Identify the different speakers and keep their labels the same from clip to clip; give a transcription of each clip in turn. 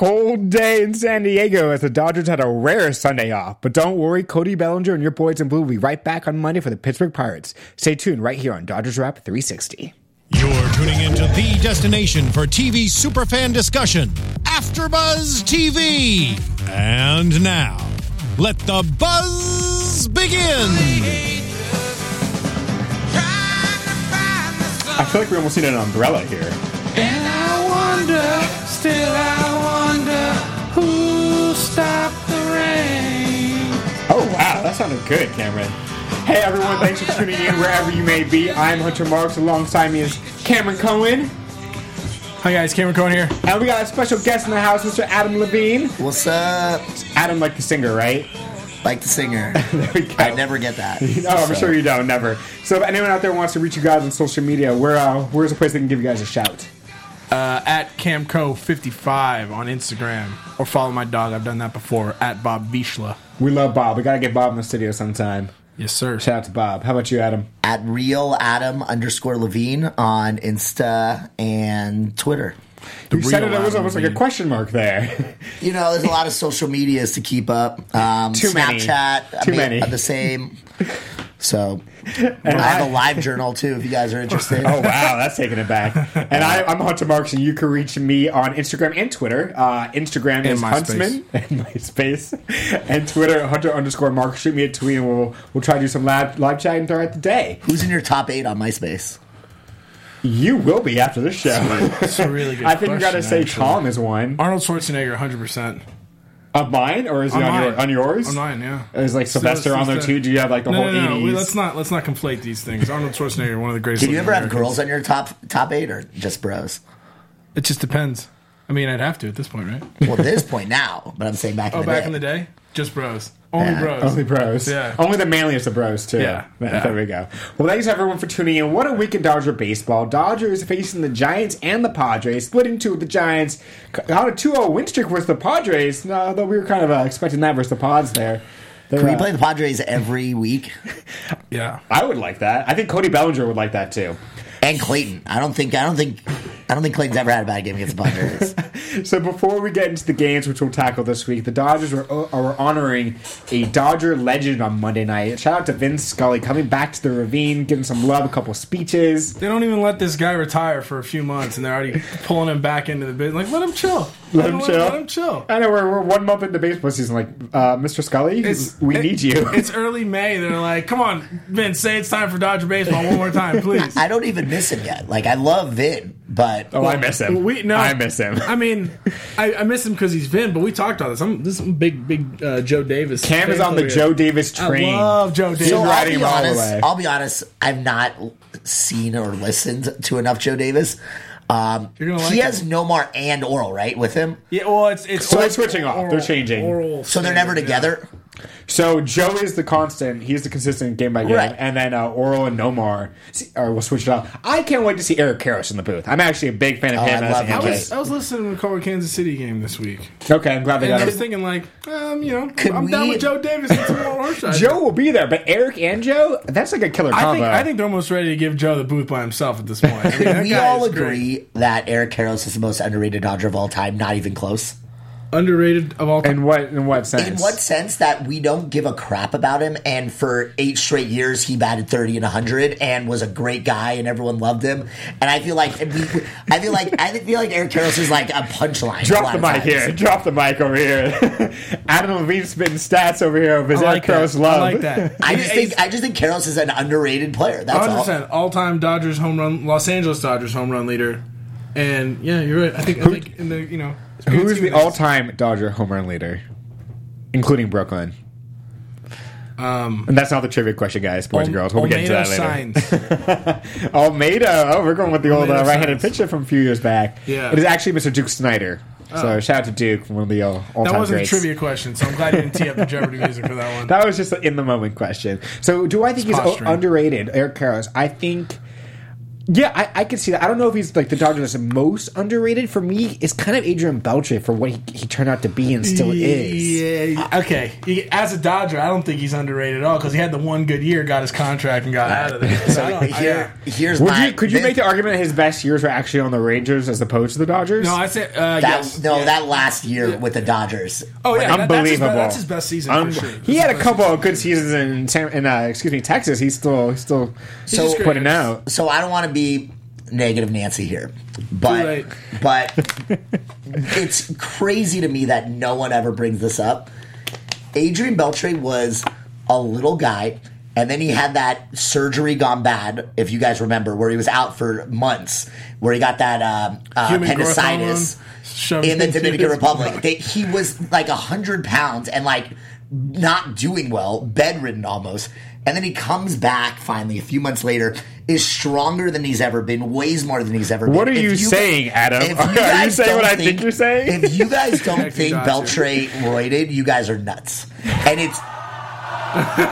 Speaker 1: cold day in San Diego as the Dodgers had a rare Sunday off. But don't worry, Cody Bellinger and your boys in blue will be right back on Monday for the Pittsburgh Pirates. Stay tuned right here on Dodgers Wrap 360.
Speaker 2: You're tuning into the destination for TV superfan discussion, AfterBuzz TV. And now, let the buzz begin.
Speaker 3: I feel like we almost need an umbrella here.
Speaker 4: And I wonder, still I wonder, who stopped the rain?
Speaker 3: Oh wow, that sounded good, Cameron.
Speaker 1: Hey everyone, thanks for tuning in wherever you may be. I'm Hunter Marks. Alongside me is Cameron Cohen.
Speaker 4: Hi guys, Cameron Cohen here.
Speaker 1: And we got a special guest in the house, Mr. Adam Levine.
Speaker 5: What's up?
Speaker 1: Adam, like the singer, right?
Speaker 5: Like the singer.
Speaker 1: There we go.
Speaker 5: I never get that.
Speaker 1: No, I'm sure you don't. Never. So, if anyone out there wants to reach you guys on social media, where uh, where's the place they can give you guys a shout?
Speaker 4: Uh, at Camco55 on Instagram. Or follow my dog, I've done that before, at Bob Vishla.
Speaker 1: We love Bob. We gotta get Bob in the studio sometime.
Speaker 4: Yes, sir.
Speaker 1: Shout out to Bob. How about you, Adam?
Speaker 5: At real Adam underscore Levine on Insta and Twitter.
Speaker 1: you said it,
Speaker 4: real
Speaker 1: it was
Speaker 4: Adam
Speaker 1: almost like a
Speaker 4: Levine.
Speaker 1: question mark there.
Speaker 5: You know, there's a lot of social medias to keep up. Um,
Speaker 1: Too many.
Speaker 5: Snapchat, I
Speaker 1: Too
Speaker 5: mean,
Speaker 1: many.
Speaker 5: are the same. So, I have a live journal too. If you guys are interested.
Speaker 1: oh wow, that's taking it back. And I, I'm Hunter Marks, and you can reach me on Instagram and Twitter. Uh, Instagram is
Speaker 4: MySpace.
Speaker 1: Huntsman and MySpace, and Twitter Hunter underscore Marks. Shoot me a tweet, and we'll we'll try to do some live live chatting throughout the day.
Speaker 5: Who's in your top eight on MySpace?
Speaker 1: You will be after this show.
Speaker 4: That's a really good
Speaker 1: I think you got to
Speaker 4: question,
Speaker 1: say
Speaker 4: actually.
Speaker 1: Tom is one
Speaker 4: Arnold Schwarzenegger, 100%.
Speaker 1: of mine, or is it on,
Speaker 4: Uh, mine.
Speaker 1: your, on yours?
Speaker 4: On mine, yeah.
Speaker 1: Is like Sylvester on there too? Do you have like the
Speaker 4: No,
Speaker 1: whole
Speaker 4: no, no, no.
Speaker 1: 80s?
Speaker 4: We- Let's not let's not conflate these things. Arnold Schwarzenegger, one of the greatest.
Speaker 5: Did you
Speaker 4: living
Speaker 5: ever have
Speaker 4: Americans.
Speaker 5: girls on your top top eight or just bros?
Speaker 4: It just depends. I mean, I'd have to at this point, right?
Speaker 5: Well, at this point now, but I'm saying back in
Speaker 4: Oh,
Speaker 5: the
Speaker 4: back
Speaker 5: day.
Speaker 4: in the day, just bros, only
Speaker 5: Yeah.
Speaker 4: bros.
Speaker 1: Only bros.
Speaker 4: Yeah.
Speaker 1: Only the manliest of bros, too.
Speaker 4: Yeah.
Speaker 1: There,
Speaker 4: Yeah.
Speaker 1: there we go. Well, thanks everyone for tuning in. What a week in Dodger baseball. Dodgers facing the Giants and the Padres, split in two with the Giants. Got a 2 0 win streak versus the Padres, no, although we were kind of uh, expecting that versus the Pods there. They're,
Speaker 5: Can we
Speaker 1: uh,
Speaker 5: play the Padres every week?
Speaker 4: Yeah,
Speaker 1: I would like that. I think Cody Bellinger would like that, too.
Speaker 5: And Clayton. I don't think I don't think I don't think Clayton's ever had a bad game against the Padres.
Speaker 1: So before we get into the games, which we'll tackle this week, the Dodgers are, uh, are honoring a Dodger legend on Monday night. Shout out to Vince Scully coming back to the Ravine, giving some love, a couple speeches.
Speaker 4: they don't even let this guy retire for a few months, and they're already pulling him back into the business. Like, let him chill.
Speaker 1: Let him chill.
Speaker 4: Let him chill.
Speaker 1: I know we're, we're one month into baseball season. Like, uh, Mr. Scully,
Speaker 4: It's-
Speaker 1: we
Speaker 4: it-
Speaker 1: need you.
Speaker 4: It's early May. They're like, come on, Vince, say it's time for Dodger baseball one more time, please.
Speaker 5: I don't even miss him yet. Like I love Vin, but
Speaker 1: oh, I miss him.
Speaker 4: We, no,
Speaker 1: I miss him.
Speaker 4: I mean, I, I miss him because he's Vin, but we talked about this. I'm this is big, big uh, Joe Davis.
Speaker 1: Cam is
Speaker 4: fan
Speaker 1: on the
Speaker 4: over
Speaker 1: Joe
Speaker 4: here.
Speaker 1: Davis train.
Speaker 4: I love Joe Davis.
Speaker 5: so I'll
Speaker 1: riding
Speaker 5: be
Speaker 1: him all the
Speaker 5: honest.
Speaker 1: way.
Speaker 5: I'll be honest. I've not seen or listened to enough Joe Davis. Um,
Speaker 4: You're gonna like
Speaker 5: he has
Speaker 4: him.
Speaker 5: Nomar and Oral right with him,
Speaker 4: yeah, well, it's it's
Speaker 1: So they're switching off. They're changing.
Speaker 5: so they're never
Speaker 4: yeah.
Speaker 5: together.
Speaker 1: So Joe is the constant. He's the consistent game by game,
Speaker 5: Right.
Speaker 1: and then uh, Oral and Nomar. See, or we'll switch it up. I can't wait to see Eric Karras in the booth. I'm actually a big fan of
Speaker 5: Oh,
Speaker 1: him.
Speaker 5: I
Speaker 1: as
Speaker 5: love
Speaker 1: a
Speaker 5: him.
Speaker 4: I
Speaker 1: Yankee.
Speaker 4: was, I was listening to the Color Kansas City game this week.
Speaker 1: Okay, I'm glad they
Speaker 4: And
Speaker 1: got
Speaker 4: I was
Speaker 1: him.
Speaker 4: thinking, like, um, you know,
Speaker 5: Could
Speaker 4: I'm down
Speaker 5: we-
Speaker 4: with Joe Davis. Get some more horse riding.
Speaker 1: Joe will be there, but Eric and Joe, that's like a killer combo.
Speaker 4: I think, I think they're almost ready to give Joe the booth by himself at this point. I mean, that
Speaker 5: We
Speaker 4: guy
Speaker 5: all
Speaker 4: is great.
Speaker 5: agree that Eric Karros is the most underrated Dodger of all time. Not even close.
Speaker 4: Underrated of all time.
Speaker 1: In what in what sense?
Speaker 5: In what sense that we don't give a crap about him, and for eight straight years he batted thirty and hundred, and was a great guy, and everyone loved him. And I feel like and we, I feel like I feel like Eric Karros is like a punchline. a
Speaker 1: Drop
Speaker 5: lot
Speaker 1: the
Speaker 5: of
Speaker 1: mic
Speaker 5: times.
Speaker 1: here. Drop the mic over here. Adam Levine spitting stats over here of his
Speaker 4: I like
Speaker 1: Eric Karras
Speaker 4: that.
Speaker 1: love.
Speaker 4: I like that.
Speaker 5: I just think I just think Karros is an underrated player. That's
Speaker 4: Hundred
Speaker 5: all.
Speaker 4: percent all-time Dodgers home run, Los Angeles Dodgers home run leader, and yeah, you're right. I think, I think in the you know
Speaker 1: Who is the all-time Dodger home run leader, including Brooklyn? Um, and that's not the trivia question, guys. Boys and girls, we'll get into that later.
Speaker 4: Signs.
Speaker 1: Almeida. Oh, we're going with the old uh,
Speaker 4: Almeida
Speaker 1: right-handed
Speaker 4: signs.
Speaker 1: pitcher from a few years back.
Speaker 4: Yeah. Oh.
Speaker 1: it is actually Mr. Duke Snyder. So shout out to Duke, one of the all- all-time
Speaker 4: That wasn't a
Speaker 1: greats.
Speaker 4: trivia question, so I'm glad you didn't tee up the Jeopardy music for that one.
Speaker 1: That was just an in the moment question. So, do I think
Speaker 4: It's
Speaker 1: he's o-
Speaker 4: posturing.
Speaker 1: underrated, Eric Karras? I think Yeah, I, I could see that. I don't know if he's like the Dodgers most underrated. For me, it's kind of Adrian Beltre for what he, he turned out to be and still is.
Speaker 4: Yeah. Okay. He- as a Dodger, I don't think he's underrated at all because he had the one good year, got his contract, and got out of there. So I don't, I-
Speaker 5: Here, here's
Speaker 1: Would
Speaker 5: my.
Speaker 1: you could you
Speaker 5: thi-
Speaker 1: make the argument that his best years were actually on the Rangers as opposed to the Dodgers?
Speaker 4: no, I said uh,
Speaker 5: that,
Speaker 4: yes.
Speaker 5: no
Speaker 4: yeah.
Speaker 5: that last year with the Dodgers?
Speaker 4: Oh yeah, that- that's his be-
Speaker 1: unbelievable.
Speaker 4: That's his, best season
Speaker 1: Um,
Speaker 4: for sure.
Speaker 1: He had a couple of good seasons in San, in uh, excuse me Texas. He's still he's still
Speaker 5: So-
Speaker 1: so putting out.
Speaker 5: So I don't want to be negative Nancy here,
Speaker 4: Too late.
Speaker 5: but but it's crazy to me that no one ever brings this up. Adrian Beltre was a little guy, and then he had that surgery gone bad. If you guys remember, where he was out for months, where he got that um, uh,
Speaker 4: Human growth
Speaker 5: appendicitis
Speaker 4: hormone shoved
Speaker 5: in the
Speaker 4: into
Speaker 5: Dominican
Speaker 4: his
Speaker 5: Republic. They, he was like hundred pounds and like not doing well, bedridden almost. And then he comes back finally a few months later, is stronger than he's ever been, weighs more than he's ever been.
Speaker 1: What are you saying, Adam? Are you
Speaker 5: guys
Speaker 1: saying what
Speaker 5: don't
Speaker 1: I think you're saying?
Speaker 5: If you guys don't
Speaker 4: Connecting
Speaker 5: think
Speaker 4: dots
Speaker 5: Beltray roided, you guys are nuts. And it's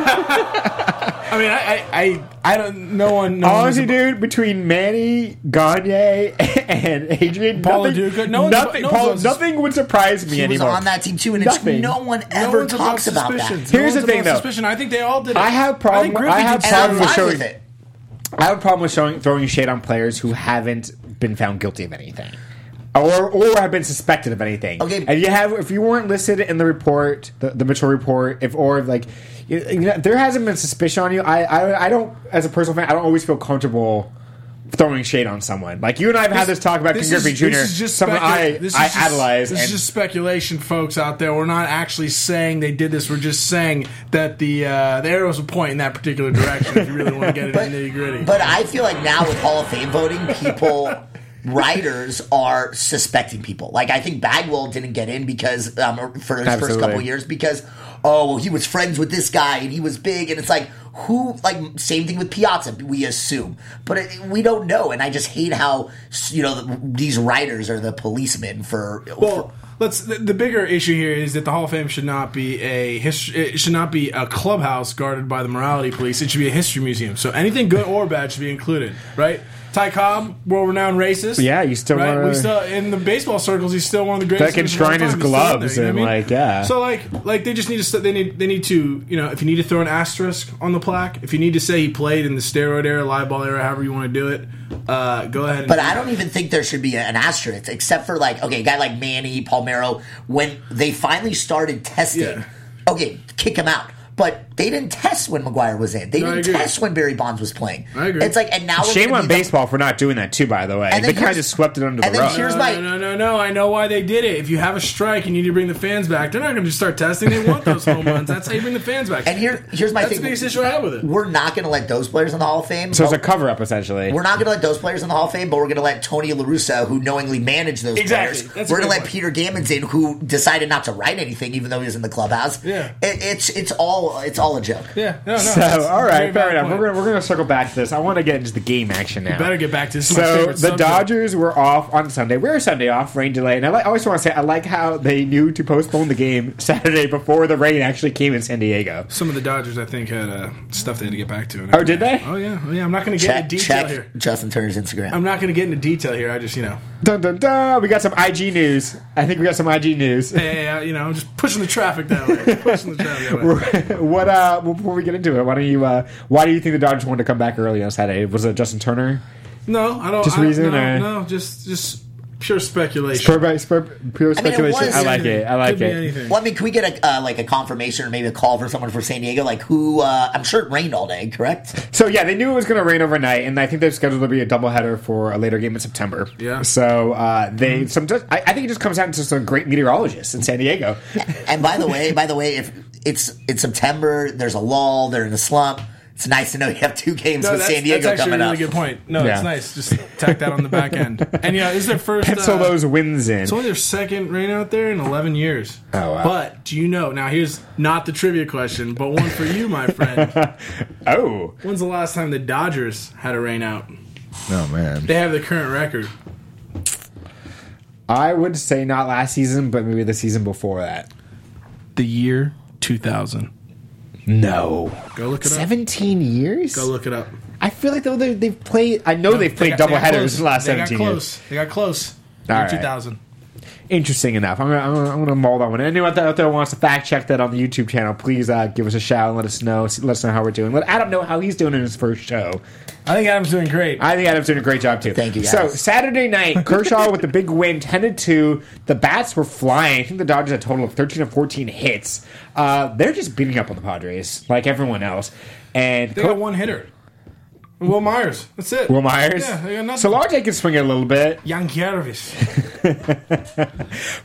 Speaker 4: I mean, I, I, I, I don't. No one. No one was
Speaker 1: Honestly,
Speaker 4: a-
Speaker 1: dude, between Manny Gagne and Adrian
Speaker 4: Paulo
Speaker 1: nothing,
Speaker 4: Duca, no one's-
Speaker 1: nothing,
Speaker 4: no one's
Speaker 1: Paulo-
Speaker 4: on sus-
Speaker 1: nothing would surprise me
Speaker 5: he was
Speaker 1: anymore.
Speaker 5: on that team too, and it's,
Speaker 1: Nothing.
Speaker 5: no one
Speaker 4: no
Speaker 5: ever
Speaker 4: one's above
Speaker 5: talks about
Speaker 4: suspicion.
Speaker 5: that.
Speaker 4: No
Speaker 1: Here's
Speaker 4: one's
Speaker 1: the thing,
Speaker 4: above
Speaker 1: though.
Speaker 4: Suspicion. I think they all did. It.
Speaker 1: I have problem-
Speaker 4: think Griffey
Speaker 1: I have
Speaker 4: did
Speaker 5: And I'm
Speaker 1: problem
Speaker 4: too.
Speaker 5: fine
Speaker 1: showing-
Speaker 5: with it.
Speaker 1: I have a problem with showing, throwing shade on players who haven't been found guilty of anything, or or have been suspected of anything.
Speaker 5: Okay.
Speaker 1: and you have if you weren't listed in the report, the, the Mitchell report, if or if, like, you, you know, there hasn't been suspicion on you. I, I I don't as a personal fan, I don't always feel comfortable throwing shade on someone. Like you and I have had this talk about King
Speaker 4: This
Speaker 1: Griffey
Speaker 4: is-
Speaker 1: Jr.
Speaker 4: This is just
Speaker 1: someone
Speaker 4: specu-
Speaker 1: I
Speaker 4: this is
Speaker 1: I
Speaker 4: just-
Speaker 1: idolize.
Speaker 4: This
Speaker 1: and
Speaker 4: is just speculation, folks out there. We're not actually saying they did this. We're just saying that the uh, the arrows were pointing that particular direction. if you really want to get into nitty gritty,
Speaker 5: But I feel like now with Hall of Fame voting, people writers are suspecting people. Like I think Bagwell didn't get in because um, for his first
Speaker 1: Absolutely.
Speaker 5: couple years because oh well he was friends with this guy and he was big and it's like who like same thing with Piazza we assume but it, we don't know and I just hate how you know these writers are the policemen for
Speaker 4: Well, let's. The, the bigger issue here is that the Hall of Fame should not be a history. It should not be a clubhouse guarded by the morality police. It should be a history museum. So anything good or bad should be included, right? Ty Cobb, world-renowned racist.
Speaker 1: Yeah, you still
Speaker 4: right.
Speaker 1: wanna-
Speaker 4: We still in the baseball circles. He's still one of the greatest.
Speaker 1: That can
Speaker 4: of all
Speaker 1: shrine his
Speaker 4: time. He's still up
Speaker 1: gloves
Speaker 4: there, you know what I
Speaker 1: and,
Speaker 4: mean?
Speaker 1: like, yeah.
Speaker 4: So like, like they just need to. st- They need. They need to. You know, if you need to throw an asterisk on the plaque, if you need to say he played in the steroid era, live ball era, however you want to do it, uh, go ahead. And
Speaker 5: But
Speaker 4: do
Speaker 5: I
Speaker 4: that.
Speaker 5: don't even think there should be an asterisk, except for like okay, a guy like Manny Palmero when they finally started testing.
Speaker 4: Yeah.
Speaker 5: Okay, kick him out. But they didn't test when McGuire was in. They
Speaker 4: No, I
Speaker 5: didn't
Speaker 4: agree.
Speaker 5: test when Barry Bonds was playing.
Speaker 4: I agree.
Speaker 5: It's like and now we're
Speaker 1: shame
Speaker 5: gonna
Speaker 1: on
Speaker 5: be the-
Speaker 1: baseball for not doing that too. By the way,
Speaker 5: And
Speaker 1: they
Speaker 5: then
Speaker 1: kind of
Speaker 5: here's-
Speaker 1: just swept it under
Speaker 5: and
Speaker 1: the
Speaker 5: then
Speaker 1: rug.
Speaker 5: here's
Speaker 4: No,
Speaker 5: my-
Speaker 4: no, no, no! I know why they did it. If you have a strike and you need to bring the fans back, they're not going to just start testing. They want those home runs. That's how you bring the fans back.
Speaker 5: and here here's my
Speaker 4: that's
Speaker 5: thing.
Speaker 4: the biggest issue I have with it.
Speaker 5: We're not going to let those players in the Hall of Fame.
Speaker 1: so it's
Speaker 5: but
Speaker 1: a cover up essentially.
Speaker 5: we're not going to let those players in the Hall of Fame, but we're going to let Tony La Russa, who knowingly managed those
Speaker 4: Exactly.
Speaker 5: players,
Speaker 4: That's a
Speaker 5: we're going
Speaker 4: good
Speaker 5: to let
Speaker 4: point.
Speaker 5: Peter Gammons in, who decided not to write anything, even though he was in the clubhouse.
Speaker 4: Yeah.
Speaker 5: It, it's it's all it's all a joke.
Speaker 4: Yeah, no, no.
Speaker 1: So, all right, fair enough. We're
Speaker 4: going
Speaker 1: gonna we're gonna circle back to this. I want to get into the game action now.
Speaker 4: better get back to this. It's my
Speaker 1: So the
Speaker 4: favorite subject.
Speaker 1: Dodgers were off on Sunday. We were Sunday off, rain delay, and I, like, I always want to say I like how they knew to postpone the game Saturday before the rain actually came in San Diego.
Speaker 4: Some of the Dodgers, I think, had uh, stuff they had to get back to.
Speaker 1: Oh, did they?
Speaker 4: Oh yeah, oh yeah. I'm not going to get
Speaker 5: Check,
Speaker 4: into detail
Speaker 5: check
Speaker 4: here.
Speaker 5: Justin Turner's Instagram.
Speaker 4: I'm not going to get into detail here. I just, you know,
Speaker 1: Dun dun dun! We got some IG news. I think we got some IG news.
Speaker 4: hey, uh, you know, I'm just pushing the traffic that way. pushing the traffic that way.
Speaker 1: what? uh well, Before we get into it, why don't you? uh Why do you think the Dodgers wanted to come back early on Saturday? Was it Justin Turner?
Speaker 4: No, I don't.
Speaker 1: Just
Speaker 4: I,
Speaker 1: reason,
Speaker 4: no,
Speaker 1: or-
Speaker 4: no, just, just pure speculation.
Speaker 1: Pure, pure, pure
Speaker 5: I mean, it
Speaker 1: speculation.
Speaker 5: was-
Speaker 1: I, like it. I like
Speaker 4: Could be
Speaker 1: it.
Speaker 4: anything.
Speaker 5: Well, I mean, can we get a uh, like a confirmation or maybe a call for someone for San Diego? Like who? Uh, I'm sure it rained all day, correct?
Speaker 1: So yeah, they knew it was going to rain overnight, and I think they've scheduled to be a doubleheader for a later game in September.
Speaker 4: Yeah. Mm-hmm.
Speaker 1: So uh, they some I, I think it just comes down to some great meteorologists in San Diego.
Speaker 5: and by the way, by the way, if it's it's September, there's a lull, they're in a slump. It's nice to know you have two games
Speaker 4: No,
Speaker 5: with
Speaker 4: that's,
Speaker 5: San Diego
Speaker 4: that's actually
Speaker 5: coming
Speaker 4: a really
Speaker 5: up.
Speaker 4: good point. No,
Speaker 1: Yeah.
Speaker 4: it's nice. Just tack that on the back end. And yeah, it's their first.
Speaker 1: Pencil
Speaker 4: uh,
Speaker 1: those wins in.
Speaker 4: It's only their second rain out there in 11 years.
Speaker 1: Oh, wow.
Speaker 4: But do you know? Now here's not the trivia question, but one for you, my friend.
Speaker 1: oh,
Speaker 4: When's the last time the Dodgers had a rain out?
Speaker 1: no Oh, man!
Speaker 4: They have the current record.
Speaker 1: I would say not last season, but maybe the season before that.
Speaker 4: The year 2000.
Speaker 1: No,
Speaker 4: Go look it up.
Speaker 1: seventeen years.
Speaker 4: Go look it up.
Speaker 1: I feel like though they- they've played. I know they've played
Speaker 4: They got- they
Speaker 1: double
Speaker 4: got
Speaker 1: headers
Speaker 4: close.
Speaker 1: in the last
Speaker 4: they
Speaker 1: seventeen
Speaker 4: got
Speaker 1: years.
Speaker 4: close. They got close.
Speaker 1: All
Speaker 4: in
Speaker 1: right.
Speaker 4: 2000.
Speaker 1: Interesting enough. I'm gonna, I'm gonna, I'm gonna mull that one. Anyone out there, out there wants to fact check that on the YouTube channel, please uh, give us a shout and let us know. Let us know how we're doing. Let Adam know how he's doing in his first show.
Speaker 4: I think Adam's doing great.
Speaker 1: I think Adam's doing a great job too.
Speaker 5: Thank you, guys.
Speaker 1: So Saturday night, Kershaw with the big win, ten to two. The bats were flying. I think the Dodgers had a total of thirteen or fourteen hits. Uh, they're just beating up on the Padres, like everyone else. And
Speaker 4: they got one hitter. Will Myers. That's it.
Speaker 1: Will Myers,
Speaker 4: Yeah, they got nothing.
Speaker 1: Solarte can swing it a little bit,
Speaker 4: Yankeevis.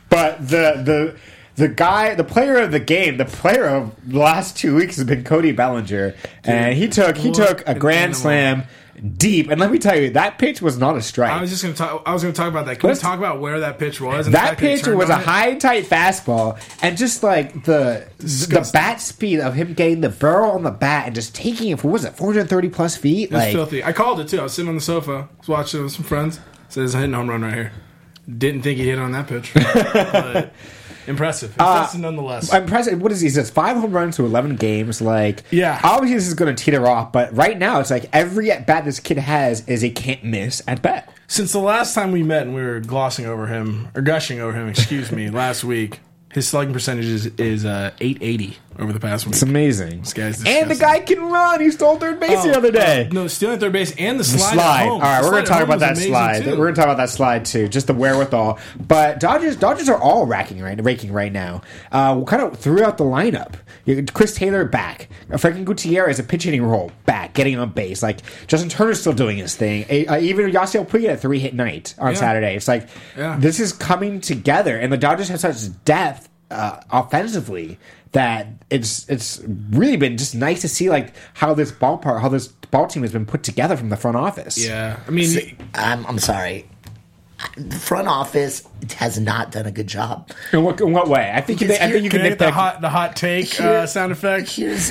Speaker 1: but the the. The guy, the player of the game, the player of the last two weeks has been Cody Bellinger, and he took he
Speaker 4: what
Speaker 1: took a
Speaker 4: an
Speaker 1: grand
Speaker 4: animal.
Speaker 1: slam deep. And let me tell you, that pitch was not a strike.
Speaker 4: I was just gonna talk. I was gonna talk about that. Can
Speaker 1: Let's-
Speaker 4: we talk about where that pitch was? and the
Speaker 1: That
Speaker 4: fact he
Speaker 1: pitch
Speaker 4: turned
Speaker 1: was a
Speaker 4: on it?
Speaker 1: high tight fastball, and just like the the bat speed of him getting the barrel on the bat and just taking it for what was it 430 plus feet,
Speaker 4: That's
Speaker 1: like
Speaker 4: filthy. I called it too. I was sitting on the sofa, was watching it with some friends. Said there's a hitting home run right here. Didn't think he hit on that pitch. but impressive.
Speaker 1: Uh,
Speaker 4: Impressive nonetheless.
Speaker 1: impressive. What is he? He says five home runs to 11 games. Like
Speaker 4: Yeah.
Speaker 1: obviously this is going to teeter off, but right now it's like every at bat this kid has is a can't miss at bat.
Speaker 4: Since the last time we met and we were glossing over him or gushing over him, excuse me, last week, his slugging percentage is, is uh, 880 over the past week.
Speaker 1: It's amazing.
Speaker 4: guy's
Speaker 1: and the
Speaker 4: disgusting. Oh,
Speaker 1: guy can run. He stole third base the other day.
Speaker 4: No, stealing third base and the slide.
Speaker 1: slide.
Speaker 4: At home.
Speaker 1: All right, we're
Speaker 4: The slide
Speaker 1: going
Speaker 4: at
Speaker 1: to talk
Speaker 4: home
Speaker 1: about
Speaker 4: was
Speaker 1: that
Speaker 4: amazing,
Speaker 1: slide.
Speaker 4: too.
Speaker 1: We're going to talk about that slide too. Just the wherewithal. But Dodgers, Dodgers are all racking right, raking right now. Uh, kind of throughout the lineup. You- Chris Taylor back. Uh, Franklin Gutierrez a pitch hitting role back, getting on base. Like Justin Turner's still doing his thing. A- uh, even Yasiel Puig had a three hit night on
Speaker 4: Yeah.
Speaker 1: Saturday. It's like
Speaker 4: Yeah.
Speaker 1: this is coming together, and the Dodgers have such depth uh, offensively that it's it's really been just nice to see like how this ballpark, how this ball team has been put together from the front office.
Speaker 4: Yeah. I mean,
Speaker 5: I'm, I'm sorry. The front office has not done a good job.
Speaker 1: In what, in what way? I think you,
Speaker 5: Because
Speaker 1: I think you
Speaker 4: can
Speaker 1: can
Speaker 4: I
Speaker 1: nip
Speaker 4: get the
Speaker 1: that.
Speaker 4: hot, the hot take uh, sound effect?
Speaker 5: Here's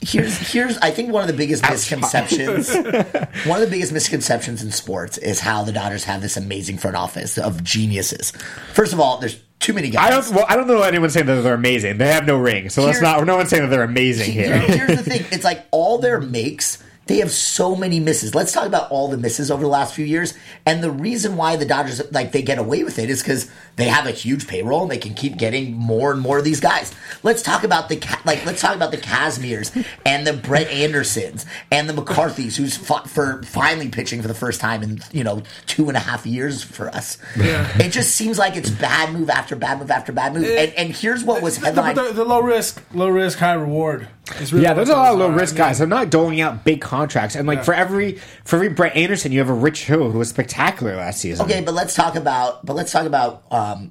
Speaker 5: here's here's I think one of the biggest misconceptions. one of the biggest misconceptions in sports is how the Dodgers have this amazing front office of geniuses. First of all, there's too many guys.
Speaker 1: I don't. Well, I don't know anyone saying that they're amazing. They have no ring, so let's
Speaker 5: Here-
Speaker 1: not. No one's saying that they're amazing
Speaker 5: Here-
Speaker 1: here.
Speaker 5: Here's the thing: it's like all their makes. They have so many misses. Let's talk about all the misses over the last few years. And the reason why the Dodgers like they get away with it is because they have a huge payroll and they can keep getting more and more of these guys. Let's talk about the Ca- like let's talk about the Casmirs and the Brett Andersons and the McCarthys, who's fought for finally pitching for the first time in you know two and a half years for us. It just seems like it's bad move after bad move after bad move. And, and here's what was
Speaker 4: The, the,
Speaker 5: headline.
Speaker 4: the, the low risk, low risk, high reward. is really
Speaker 1: Yeah,
Speaker 4: what
Speaker 1: there's a
Speaker 4: those
Speaker 1: lot of low
Speaker 4: are.
Speaker 1: risk guys. They're not doling out big contracts, and like for every for every Brett Anderson, you have a Rich Hill who was spectacular last season.
Speaker 5: Okay, but let's talk about but let's talk about um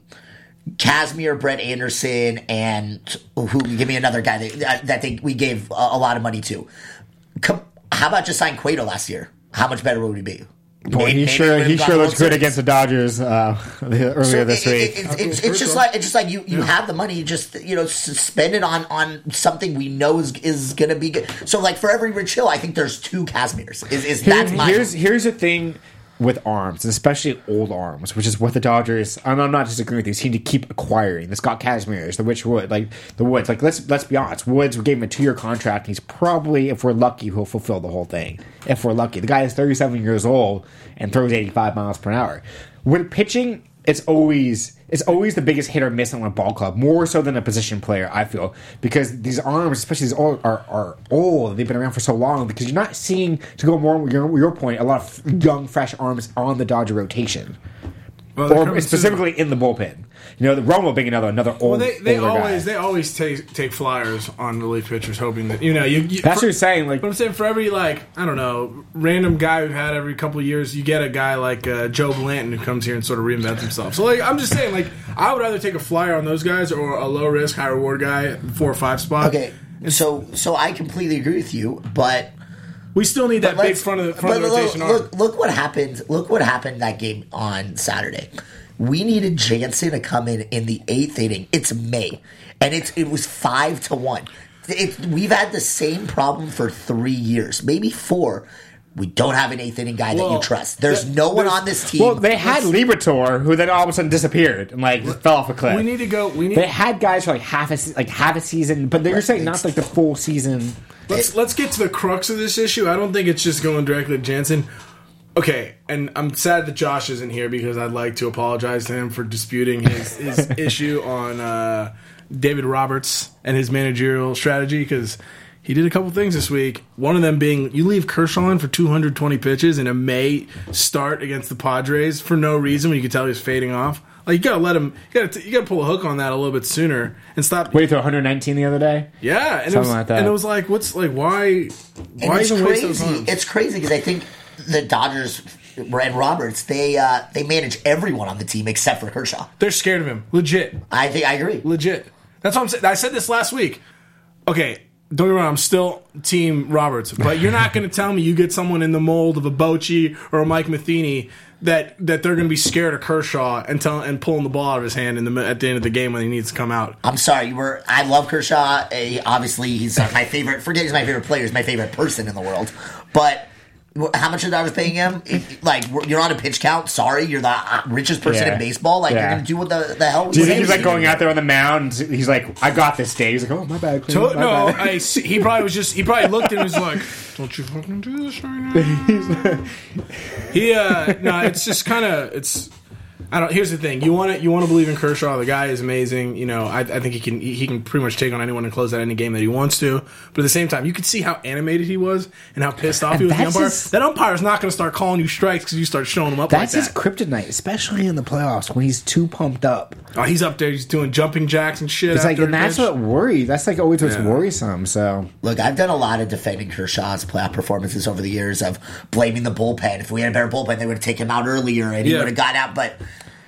Speaker 5: Casimir, Brett Anderson, and who? Give me another guy that that they, we gave a, a lot of money to. Com- how about just sign Cueto last year? How much better would he be?
Speaker 1: Boy,
Speaker 5: Maybe-
Speaker 1: he
Speaker 5: maybe
Speaker 1: sure
Speaker 5: would've
Speaker 1: he
Speaker 5: gone
Speaker 1: sure
Speaker 5: World
Speaker 1: looks good
Speaker 5: Series.
Speaker 1: against the Dodgers uh, earlier
Speaker 5: So
Speaker 1: this
Speaker 5: it- it-
Speaker 1: week.
Speaker 5: it- it's- it's, it's just like it's just like you, you have the money, you just you know, s- spend it on on something we know is is gonna be good. So like for every Rich Hill, I think there's two Casimirs. Is, is
Speaker 1: Here-
Speaker 5: that's my
Speaker 1: here's here's the thing with arms, especially old arms, which is what the Dodgers and I'm not disagreeing with you, seem to keep acquiring. The Scott Casimir's, the Rich Wood, like the Woods. Like let's let's be honest. Woods gave him a two year contract and he's probably, if we're lucky, he'll fulfill the whole thing. If we're lucky. The guy is thirty seven years old and throws eighty five miles per hour. When pitching, it's always it's always the biggest hit or miss on a ball club, more so than a position player. I feel because these arms, especially these old, are are old. They've been around for so long because you're not seeing to go more with your, your point. A lot of young, fresh arms on the Dodger rotation,
Speaker 4: Well, they're coming
Speaker 1: or
Speaker 4: to-
Speaker 1: specifically in the bullpen. You know, the Romo being another another
Speaker 4: Well,
Speaker 1: old.
Speaker 4: they, they
Speaker 1: older
Speaker 4: always
Speaker 1: guy.
Speaker 4: they always take take flyers on relief pitchers, hoping that you know you.
Speaker 1: That's
Speaker 4: you for-
Speaker 1: what you're saying. Like
Speaker 4: But I'm saying for every like I don't know random guy we've had every couple of years, you get a guy like uh, Joe Blanton who comes here and sort of reinvents himself. So like I'm just saying like I would rather take a flyer on those guys or a low risk high reward guy at the four or five spot.
Speaker 5: okay. So so I completely agree with you, but
Speaker 4: we still need that big
Speaker 5: Let's-
Speaker 4: front of the front of the
Speaker 5: but look-
Speaker 4: rotation. arm.
Speaker 5: Look, look what happened. Look what happened that game on Saturday. We needed Jansen to come in in the eighth inning. It's May, and it's it was five to one. It, we've had the same problem for three years, maybe four. We don't have an eighth inning guy that
Speaker 4: Well,
Speaker 5: you trust. There's no one
Speaker 4: there's-
Speaker 5: on this team.
Speaker 1: well, they had Libertor, who then all of a sudden disappeared and like just fell off a cliff.
Speaker 4: we need to go. We need
Speaker 1: They had guys for like half a se- like half a season, but they were saying not like the full season.
Speaker 4: Let's let's get to the crux of this issue. I don't think it's just going directly to Jansen. Okay, and I'm sad that Josh isn't here because I'd like to apologize to him for disputing his, his issue on uh, David Roberts and his managerial strategy because he did a couple things this week. One of them being you leave Kershaw in for 220 pitches in a May start against the Padres for no reason when you could tell he was fading off. Like you gotta let him, you gotta you gotta pull a hook on that a little bit sooner and stop.
Speaker 1: Wait, to 119 the other day.
Speaker 4: Yeah, and it
Speaker 1: Something
Speaker 4: was,
Speaker 1: like that.
Speaker 4: And it was like, what's like, why?
Speaker 5: And
Speaker 4: why
Speaker 5: it's
Speaker 4: even waste those
Speaker 5: crazy.
Speaker 4: times?
Speaker 5: It's crazy because I think the Dodgers and Roberts they uh, they manage everyone on the team except for Kershaw.
Speaker 4: They're scared of him. Legit,
Speaker 5: I think I agree.
Speaker 4: legit. That's what I'm saying. I said this last week. Okay, don't get me wrong. I'm still Team Roberts, but you're not going to tell me you get someone in the mold of a Bochy or a Mike Matheny that that they're going to be scared of Kershaw and tell and pulling the ball out of his hand in the mi- at the end of the game when he needs to come out.
Speaker 5: I'm sorry. You were. I love Kershaw. Eh, obviously, he's not my favorite. Forget he's my favorite player. He's my favorite person in the world. But wh- how much the Dodgers paying him? If- Like we're- you're on a pitch count. Sorry, you're the uh, richest person
Speaker 1: Yeah.
Speaker 5: in baseball. Like
Speaker 1: Yeah.
Speaker 5: you're gonna do what the, the hell?
Speaker 1: Do you think he's like going out there on the mound? and He's like, I got this day. He's like, oh my bad. Clint,
Speaker 4: To-
Speaker 1: my
Speaker 4: no,
Speaker 1: bad."
Speaker 4: I, he probably was just he probably looked and was like, "Don't you fucking do this right now." he uh, no, it's just kind of it's. I don't. Here's the thing: you want to you want to believe in Kershaw. The guy is amazing. You know, I, I think he can he, he can pretty much take on anyone and close out any game that he wants to. But at the same time, you could see how animated he was and how pissed off he was. with The
Speaker 1: that's
Speaker 4: umpire.
Speaker 1: his-
Speaker 4: that umpire is not going to start calling you strikes because you start showing him up
Speaker 1: That's
Speaker 4: like
Speaker 1: his
Speaker 4: that.
Speaker 1: kryptonite, especially in the playoffs when he's too pumped up.
Speaker 4: oh, he's up there. He's doing jumping jacks and shit.
Speaker 1: It's like,
Speaker 4: after
Speaker 1: and
Speaker 4: a
Speaker 1: that's
Speaker 4: pitch.
Speaker 1: what worries. That's like always what's
Speaker 4: Yeah.
Speaker 1: worrisome. So
Speaker 5: Look, I've done a lot of defending Kershaw's playoff performances over the years of blaming the bullpen. If we had a better bullpen, they would have taken him out earlier and he
Speaker 4: Yeah.
Speaker 5: would have got out. But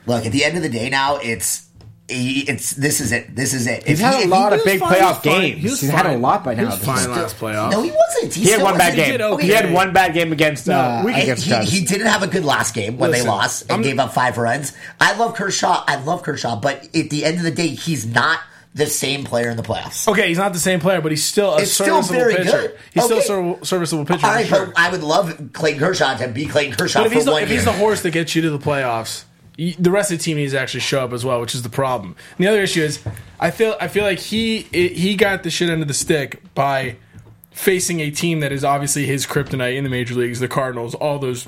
Speaker 5: look, at the end of the day, now it's he- it's this is it. This is it. If
Speaker 1: he's had
Speaker 5: he-
Speaker 1: a lot of
Speaker 5: he-
Speaker 4: was
Speaker 1: big
Speaker 4: fine,
Speaker 1: playoff
Speaker 4: he was fine.
Speaker 1: games.
Speaker 4: He was
Speaker 1: he's had a
Speaker 4: fine.
Speaker 1: lot by
Speaker 4: He
Speaker 1: now.
Speaker 4: was
Speaker 1: This
Speaker 4: fine
Speaker 1: is-
Speaker 4: last playoff.
Speaker 5: No, he wasn't.
Speaker 1: he had
Speaker 5: still
Speaker 1: one bad
Speaker 5: wasn't.
Speaker 1: game.
Speaker 4: okay.
Speaker 1: He had one bad game against uh,
Speaker 4: we-
Speaker 5: He,
Speaker 1: against
Speaker 5: he,
Speaker 1: us.
Speaker 5: he didn't have a good last game when
Speaker 4: Listen,
Speaker 5: they lost and
Speaker 4: I'm-
Speaker 5: gave up five runs. I love Kershaw. I love Kershaw, but at the end of the day, he's not the same player in the playoffs.
Speaker 4: Okay, he's not the same player, but he's still a
Speaker 5: It's still
Speaker 4: serviceable
Speaker 5: very
Speaker 4: pitcher.
Speaker 5: good.
Speaker 4: He's still a
Speaker 5: Okay.
Speaker 4: serv- serviceable pitcher.
Speaker 5: All right,
Speaker 4: for sure.
Speaker 5: but I would love Clayton Kershaw to be Clayton Kershaw
Speaker 4: But if
Speaker 5: for
Speaker 4: he's, the,
Speaker 5: one
Speaker 4: if
Speaker 5: year.
Speaker 4: he's the horse that gets you to the playoffs, you, the rest of the team needs to actually show up as well, which is the problem. And the other issue is, I feel I feel like he it, he got the shit under the stick by facing a team that is obviously his kryptonite in the major leagues, the Cardinals. All those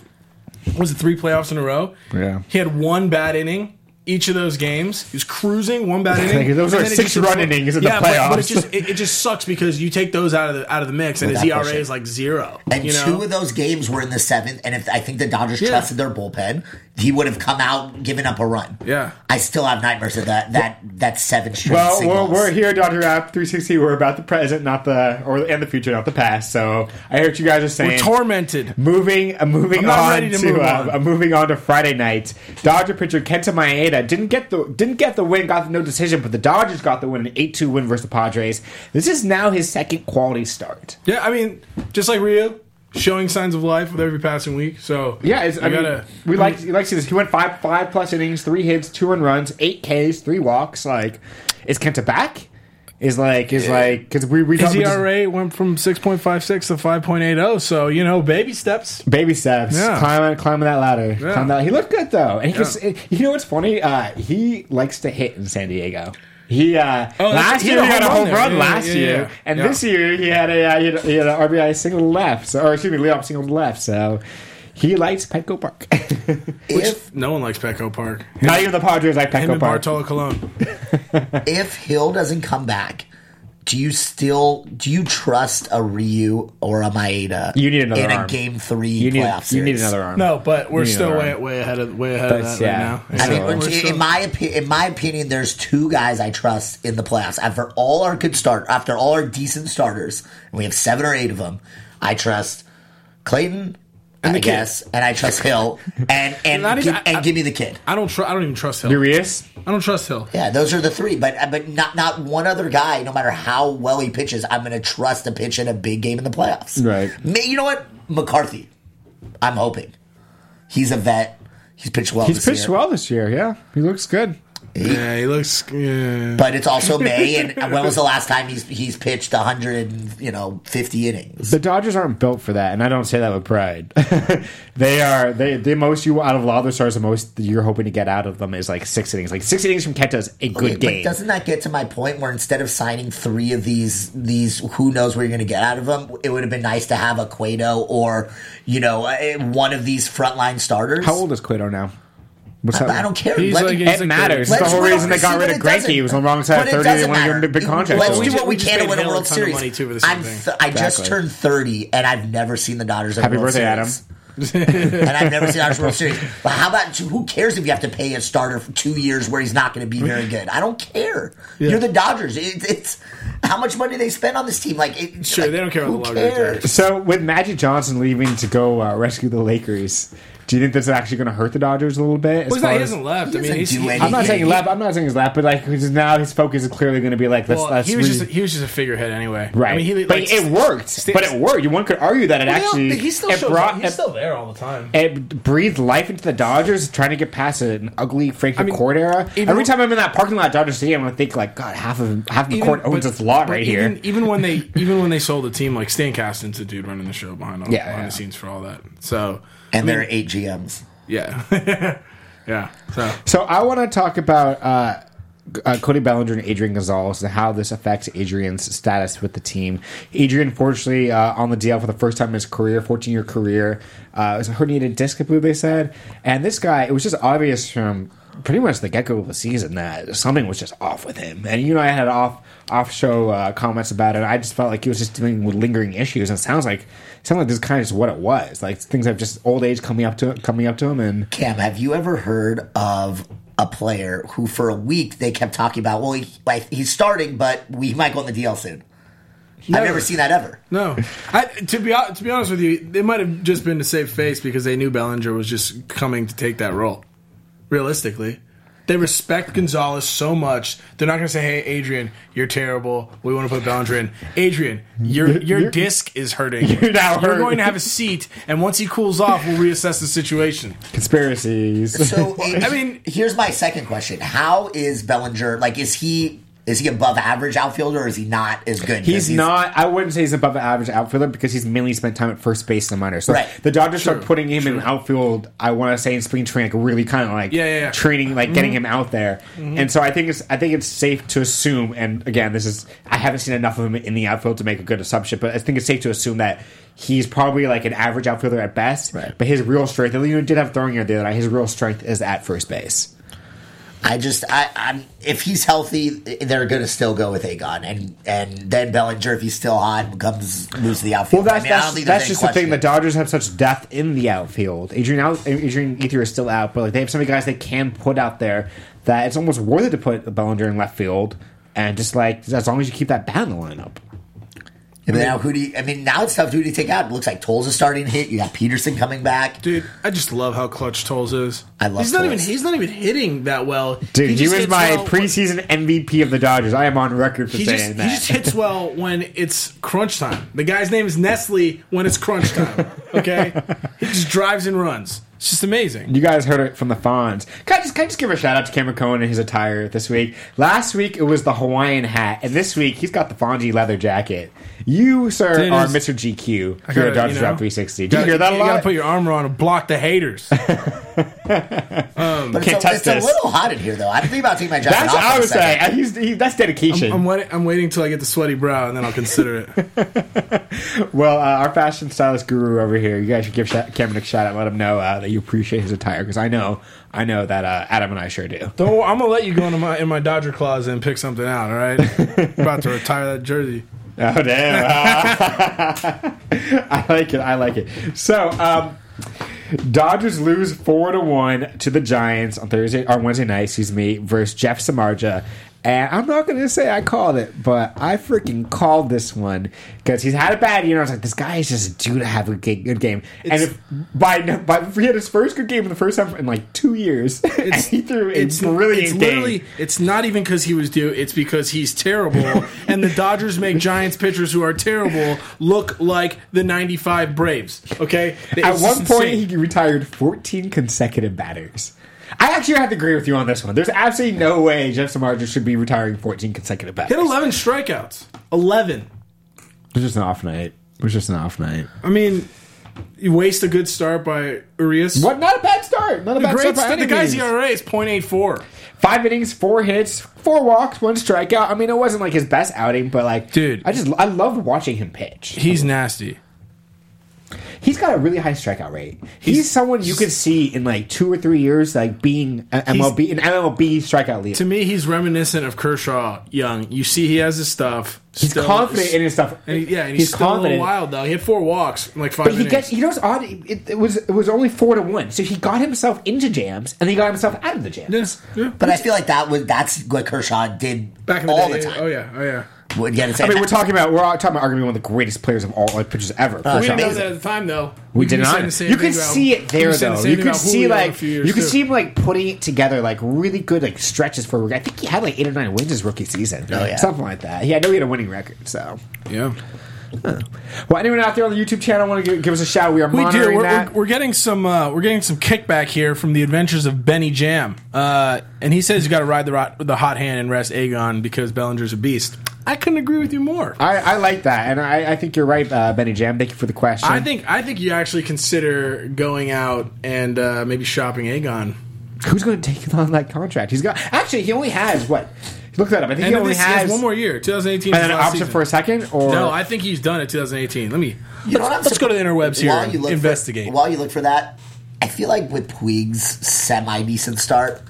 Speaker 4: was it three playoffs in a row?
Speaker 1: Yeah.
Speaker 4: he had one bad inning. Each of those games, he was cruising one bad inning.
Speaker 1: Those
Speaker 4: and
Speaker 1: are
Speaker 4: then it
Speaker 1: six
Speaker 4: just-
Speaker 1: run innings in the
Speaker 4: Yeah, but, but it
Speaker 1: playoffs.
Speaker 4: just it, it just sucks because you take those out of the out of the mix, and his
Speaker 5: Without
Speaker 4: ERA
Speaker 5: pushing.
Speaker 4: is like zero.
Speaker 5: And
Speaker 4: you know?
Speaker 5: two of those games were in the seventh, and if I think the Dodgers
Speaker 4: Yeah.
Speaker 5: trusted their bullpen, he would have come out giving up a run.
Speaker 4: Yeah.
Speaker 5: I still have nightmares of that that that seven straight
Speaker 1: Well,
Speaker 5: singles.
Speaker 1: we're, we're here, Dr. App 360. We're about the present, not the or and the future, not the past. So I hear what you guys are saying.
Speaker 4: We're tormented.
Speaker 1: Moving, uh, moving
Speaker 4: I'm not
Speaker 1: on
Speaker 4: ready
Speaker 1: to,
Speaker 4: to move
Speaker 1: uh,
Speaker 4: on.
Speaker 1: uh, moving on to Friday night. Dodger pitcher Kenta Maeda didn't get the didn't get the win, got the no decision, but the Dodgers got the win, an eight two win versus the Padres. This is now his second quality start.
Speaker 4: Yeah, I mean, just like Rio, showing signs of life with every passing week. So
Speaker 1: Yeah, it's, I
Speaker 4: you
Speaker 1: mean,
Speaker 4: gotta-
Speaker 1: we like we like to see this. He went five five plus innings, three hits, two run runs, eight Ks, three walks. Like, is Kenta back? Is like is like because we we
Speaker 4: his
Speaker 1: talked about this-
Speaker 4: ERA went from six point five six to five point eight zero. So you know, baby steps.
Speaker 1: Baby steps,
Speaker 4: Yeah.
Speaker 1: climbing, climbing that ladder.
Speaker 4: Yeah.
Speaker 1: Climb that. He looked good though, and he
Speaker 4: Yeah.
Speaker 1: can, you know what's funny? Uh, he likes to hit in San Diego. He uh,
Speaker 4: Oh, that's-
Speaker 1: last
Speaker 4: he
Speaker 1: year he had
Speaker 4: hit
Speaker 1: a home
Speaker 4: there.
Speaker 1: run
Speaker 4: Yeah,
Speaker 1: last
Speaker 4: yeah,
Speaker 1: year,
Speaker 4: yeah.
Speaker 1: and
Speaker 4: Yeah.
Speaker 1: this year he had a uh, he, had a, he had an RBI single to left, so, or excuse me, leadoff single to left. So he likes Petco Park.
Speaker 5: if
Speaker 4: No one likes Petco Park. Him
Speaker 1: Not even the Padres like Petco Park.
Speaker 4: and Bartolo Colon.
Speaker 5: if Hill doesn't come back, do you still do you trust a Ryu or a Maeda?
Speaker 1: You need another
Speaker 5: in
Speaker 1: arm.
Speaker 5: a game three
Speaker 1: You need,
Speaker 5: playoff series.
Speaker 1: you need another arm.
Speaker 4: No, but we're
Speaker 1: You
Speaker 4: still
Speaker 1: are.
Speaker 4: way, way ahead of way ahead
Speaker 1: But,
Speaker 4: of that
Speaker 1: yeah.
Speaker 4: right now.
Speaker 5: I mean,
Speaker 4: We're
Speaker 5: in-
Speaker 4: still-
Speaker 5: in my opi- in my opinion, there's two guys I trust in the playoffs. After all our good start, after all our decent starters, and we have seven or eight of them, I trust Clayton, I
Speaker 4: kid.
Speaker 5: guess, and I trust Hill, and and
Speaker 4: Not even-
Speaker 5: give, and
Speaker 4: I-
Speaker 5: give me the kid.
Speaker 4: I don't trust. I don't even trust Hill.
Speaker 1: Urias,
Speaker 4: I don't trust Hill.
Speaker 5: Yeah, those are the three. But uh, but not not one other guy, no matter how well he pitches, I'm going to trust a pitch in a big game in the playoffs.
Speaker 1: Right.
Speaker 5: Ma- You know what, McCarthy, I'm hoping he's a vet. He's pitched well.
Speaker 1: he's
Speaker 5: this
Speaker 1: pitched
Speaker 5: year.
Speaker 1: well this year. Yeah, he looks good.
Speaker 4: Yeah, he looks. Yeah.
Speaker 5: But it's also May, and when was the last time he's he's pitched 100, you know, 50 innings?
Speaker 1: The Dodgers aren't built for that, and I don't say that with pride. they are they the most you out of all the stars, the most you're hoping to get out of them is like six innings. Like six innings from Kenta is a good
Speaker 5: Okay,
Speaker 1: game.
Speaker 5: But doesn't that get to my point where instead of signing three of these, these who knows where you're going to get out of them, it would have been nice to have a Cueto or you know eh, one of these frontline starters.
Speaker 1: How old is Cueto now? What's that?
Speaker 5: I don't care.
Speaker 4: He's
Speaker 5: Let
Speaker 4: like
Speaker 5: me-
Speaker 4: a-
Speaker 1: It matters. It's
Speaker 5: Let's
Speaker 1: the whole
Speaker 5: win
Speaker 1: reason they
Speaker 5: over-
Speaker 1: got
Speaker 5: see,
Speaker 1: rid
Speaker 5: but
Speaker 1: of
Speaker 5: it doesn't-
Speaker 1: Granky. He was on the wrong side
Speaker 5: but
Speaker 1: of
Speaker 5: it
Speaker 1: 30. They
Speaker 5: doesn't
Speaker 1: want to give him a
Speaker 5: matter.
Speaker 1: big contract.
Speaker 5: Let's
Speaker 1: so-
Speaker 5: do
Speaker 4: ju-
Speaker 5: what we
Speaker 4: we just
Speaker 5: can to
Speaker 4: paid
Speaker 5: win
Speaker 4: a
Speaker 5: a
Speaker 4: hell of a
Speaker 5: World
Speaker 4: ton of
Speaker 5: Series.
Speaker 4: money, too, for this
Speaker 5: I'm
Speaker 4: thing.
Speaker 5: th- I just
Speaker 1: Exactly.
Speaker 5: turned 30, and I've never seen the Dodgers. at
Speaker 1: Happy
Speaker 5: World
Speaker 1: birthday, Adam.
Speaker 5: Series. and I've never seen Dodgers World Series. But how about who cares if you have to pay a starter for two years where he's not going to be very good? I don't care. You're the Dodgers. It, it's how much money they spend on this team. Like, it,
Speaker 4: Sure,
Speaker 5: like,
Speaker 4: they don't care
Speaker 5: who
Speaker 4: about the luxury
Speaker 5: cares?
Speaker 4: tax.
Speaker 1: So with Magic Johnson leaving to go uh, rescue the Lakers, do you think that's actually going to hurt the Dodgers a little bit? as
Speaker 4: Well, he's not-
Speaker 1: far
Speaker 4: he
Speaker 1: as-
Speaker 4: hasn't left. I mean,
Speaker 5: doesn't
Speaker 4: he's,
Speaker 5: do
Speaker 4: he-
Speaker 5: anything.
Speaker 1: I'm not saying lap. I'm not saying his lap, but like because now his focus is clearly going to be like let's
Speaker 4: well,
Speaker 1: let's
Speaker 4: he was
Speaker 1: re-
Speaker 4: just a, he was just a figurehead anyway.
Speaker 1: right.
Speaker 4: I mean, he,
Speaker 1: but
Speaker 4: like,
Speaker 1: it worked. but it worked. One could argue that it
Speaker 4: Well,
Speaker 1: actually
Speaker 4: he still
Speaker 1: it
Speaker 4: shows
Speaker 1: brought
Speaker 4: up.
Speaker 1: it,
Speaker 4: He's still there all the time.
Speaker 1: it breathed life into the Dodgers, trying to get past an ugly Frank
Speaker 4: I mean,
Speaker 1: McCourt era.
Speaker 4: even-
Speaker 1: Every time I'm in that parking lot, at Dodger Stadium, I think like God, half of half
Speaker 4: Even-
Speaker 1: McCourt owns
Speaker 4: but-
Speaker 1: this oh, lot
Speaker 4: but
Speaker 1: right
Speaker 4: even,
Speaker 1: here.
Speaker 4: Even when they even when they sold the team, like Stan Caston's the dude running the show behind all,
Speaker 1: Yeah,
Speaker 4: behind
Speaker 1: yeah.
Speaker 4: the scenes for all that. So
Speaker 5: And there are eight GMs.
Speaker 4: yeah, yeah. So
Speaker 1: So I want to talk about uh, uh, Cody Bellinger and Adrian Gonzalez and how this affects Adrian's status with the team. Adrian, fortunately, uh, on the DL for the first time in his career, 14 year career, uh, it was a herniated disc, I believe they said. And this guy, it was just obvious from pretty much the get go of the season that something was just off with him. And you know, I had off off show uh, comments about it. I just felt like he was just dealing with lingering issues, and it sounds like it sounds like this is kind of just what it was. Like things have just old age coming up to coming up to him, and
Speaker 5: Cam, have you ever heard of a player who, for a week, they kept talking about, well, he, like, he's starting, but we he might go on the DL soon? I've never seen that ever.
Speaker 4: No, I, to be hon- to be honest with you, it might have just been to save face because they knew Bellinger was just coming to take that role. Realistically, they respect Gonzalez so much they're not going to say, "Hey, Adrian, you're terrible. We want to put Bellinger in." Adrian, your your
Speaker 1: you're-
Speaker 4: disc is hurting.
Speaker 1: You're now hurt."
Speaker 4: going to have a seat, and once he cools off, we'll reassess the situation.
Speaker 1: conspiracies.
Speaker 5: So
Speaker 4: I mean-
Speaker 5: here's my second question: How is Bellinger? Like, is he is he above average outfielder, or is he not as good?
Speaker 1: He's, not. I wouldn't say he's above an average outfielder because he's mainly spent time at first base in the minors. So
Speaker 5: Right.
Speaker 1: the Dodgers start putting him in outfield. I want to say in spring training, like, really kind of like
Speaker 4: Yeah, yeah, yeah.
Speaker 1: training, like getting him out there. And so I think it's I think it's safe to assume. And again, this is I haven't seen enough of him in the outfield to make a good assumption, but I think it's safe to assume that. He's probably like an average outfielder at best,
Speaker 5: Right.
Speaker 1: but his real strength, and you did have throwing here the other night, his real strength is at first base.
Speaker 5: I just I, I'm if he's healthy, they're going to still go with Agon, and and then Bellinger, if he's still hot, comes moves to the outfield.
Speaker 1: Well, that's
Speaker 5: I mean, I don't
Speaker 1: that's,
Speaker 5: think there's
Speaker 1: that's
Speaker 5: any
Speaker 1: just the thing.
Speaker 5: question.
Speaker 1: The Dodgers have such depth in the outfield. Adrian out, Adrian Ether is still out, but like they have so many guys they can put out there that it's almost worth it to put Bellinger in left field, and just like as long as you keep that bat in the lineup.
Speaker 5: I mean, now who do you, I mean? Now it's tough. Who do you take out? It looks like Tolles is starting to hit. You got Peterson coming back.
Speaker 4: Dude, I just love how clutch Tolles is.
Speaker 5: I love
Speaker 4: He's not
Speaker 5: Tolles.
Speaker 4: even he's not even hitting that well. He
Speaker 1: Dude,
Speaker 4: just
Speaker 1: you is
Speaker 4: hits
Speaker 1: my
Speaker 4: well-
Speaker 1: preseason MVP of the Dodgers. I am on record for
Speaker 4: He
Speaker 1: saying
Speaker 4: just,
Speaker 1: that.
Speaker 4: he just hits well when it's crunch time. The guy's name is Nestle when it's crunch time. Okay, he just drives and runs. It's just amazing.
Speaker 1: You guys heard it from the Fonz. Can I just, can I just give a shout out to Cameron Cohen and his attire this week? Last week it was the Hawaiian hat, and this week he's got the Fonzie leather jacket. You, sir,
Speaker 4: Dude,
Speaker 1: are
Speaker 4: it's-
Speaker 1: Mr. GQ.
Speaker 4: I
Speaker 1: You're
Speaker 4: gotta,
Speaker 1: a Dodgers
Speaker 4: you know,
Speaker 1: Drop 360. Did you hear that a
Speaker 4: you
Speaker 1: lot?
Speaker 4: gotta put your armor on and block the haters.
Speaker 5: But
Speaker 1: Can't
Speaker 5: it's, a,
Speaker 1: touch
Speaker 5: it's a
Speaker 1: this.
Speaker 5: little hot in here, though. I'm thinking about taking my jacket
Speaker 1: That's what
Speaker 5: off.
Speaker 1: I
Speaker 5: in a
Speaker 1: would say.
Speaker 5: second.
Speaker 1: I- he's- he- that's dedication.
Speaker 4: I'm waiting. I'm waiting until I get the sweaty brow and then I'll consider it.
Speaker 1: well, uh, our fashion stylist guru over here, you guys should give Sha- Cameron a shout out. Let him know uh, that you appreciate his attire because I know, I know that uh, Adam and I sure do.
Speaker 4: Don't. Worry, I'm gonna let you go into my in my Dodger closet and pick something out. All right. About to retire that jersey.
Speaker 1: Oh damn! I like it. I like it. So, um, Dodgers lose four to one to the Giants on Thursday or Wednesday night. Excuse me, versus Jeff Samarja. And I'm not going to say I called it, but I freaking called this one because he's had a bad year. And I was like, this guy is just due to have a good, good game. and
Speaker 4: It's-
Speaker 1: if, by, by he had his first good game in the first time in like two years, and he threw a brilliant
Speaker 4: it's
Speaker 1: game.
Speaker 4: literally it's not even because he was due it's because he's terrible and the dodgers make giants pitchers who are terrible look like the 95 braves okay
Speaker 1: At
Speaker 4: It's
Speaker 1: one
Speaker 4: just
Speaker 1: point,
Speaker 4: insane.
Speaker 1: he retired 14 consecutive batters. I actually have to agree with you on this one. There's absolutely no way Jeff Samardzija should be retiring 14 consecutive bats.
Speaker 4: Hit 11 strikeouts. 11.
Speaker 1: It was just an off night. It was just an off night.
Speaker 4: I mean, you waste a good start by Urias.
Speaker 1: What? Not a bad start. Not a
Speaker 4: The
Speaker 1: bad
Speaker 4: great
Speaker 1: start. by
Speaker 4: start. The
Speaker 1: any
Speaker 4: guy's
Speaker 1: means.
Speaker 4: ERA is .84.
Speaker 1: Five innings, four hits, four walks, one strikeout. I mean, it wasn't like his best outing, but like,
Speaker 4: Dude.
Speaker 1: I just I loved watching him pitch.
Speaker 4: He's nasty.
Speaker 1: He's got a really high strikeout rate. He's, someone you could see in like two or three years, like being a MLB an MLB strikeout leader.
Speaker 4: To me, he's reminiscent of Kershaw Young. You see, he has his stuff.
Speaker 1: He's confident in his stuff.
Speaker 4: And he, yeah, and he's, still confident. wild though. He had four walks in like five
Speaker 1: But he
Speaker 4: minutes.
Speaker 1: gets, you know, it's odd. It, it was it was only four to one, so he got himself into jams and he got himself out of the jams.
Speaker 5: But I feel like that was that's what Kershaw did
Speaker 4: Back in the
Speaker 5: all
Speaker 4: day.
Speaker 5: the time.
Speaker 4: Oh yeah, oh yeah.
Speaker 5: Would get it
Speaker 1: I mean, we're talking about we're talking about arguably one of the greatest players of all like pitchers ever.
Speaker 5: Uh,
Speaker 1: Kershaw.
Speaker 4: We didn't know
Speaker 5: amazing.
Speaker 4: that at the time though.
Speaker 1: We did
Speaker 4: could say
Speaker 1: not.
Speaker 4: the same
Speaker 1: You
Speaker 4: thing
Speaker 1: could
Speaker 4: about-
Speaker 1: see it
Speaker 4: we
Speaker 1: there
Speaker 4: could say the
Speaker 1: though. You
Speaker 4: same thing
Speaker 1: could
Speaker 4: about
Speaker 1: see
Speaker 4: Julio a
Speaker 1: like
Speaker 4: few
Speaker 1: you
Speaker 4: years,
Speaker 1: could
Speaker 4: too.
Speaker 1: see him like putting it together like really good like stretches for. I think he had like eight or nine wins his rookie season.
Speaker 4: Oh,
Speaker 5: yeah.
Speaker 1: something like that. Yeah, I know he had a winning record. So,
Speaker 4: Yeah,
Speaker 1: well, anyone out there on the YouTube channel want to give, give us a shout? We are
Speaker 4: we do.
Speaker 1: monitoring
Speaker 4: We're,
Speaker 1: that.
Speaker 4: we're, we're getting some. Uh, we're getting some kickback here from the Adventures of Benny Jam, uh, and he says you got to ride the rot, the hot hand and rest Aegon because Bellinger's a beast. I couldn't agree with you more.
Speaker 1: I, I like that, and I, I think you're right, uh, Benny Jam. Thank you for the question.
Speaker 4: I think I think you actually consider going out and uh, maybe shopping Aegon.
Speaker 1: Who's going to take on that contract? He's got actually. He only has what? Look that up. I think
Speaker 4: And
Speaker 1: he
Speaker 4: then
Speaker 1: only
Speaker 4: this- he
Speaker 1: has,
Speaker 4: has one more year, 2018.
Speaker 1: And
Speaker 4: is
Speaker 1: then an
Speaker 4: his last
Speaker 1: option
Speaker 4: season.
Speaker 1: for a second, or
Speaker 4: No, I think he's done it 2018. Let me.
Speaker 5: You know what I'm
Speaker 4: let's, let's go to the interwebs here.
Speaker 5: While
Speaker 4: and
Speaker 5: you look for-
Speaker 4: investigate.
Speaker 5: while you look for that, I feel like with Puig's semi decent start,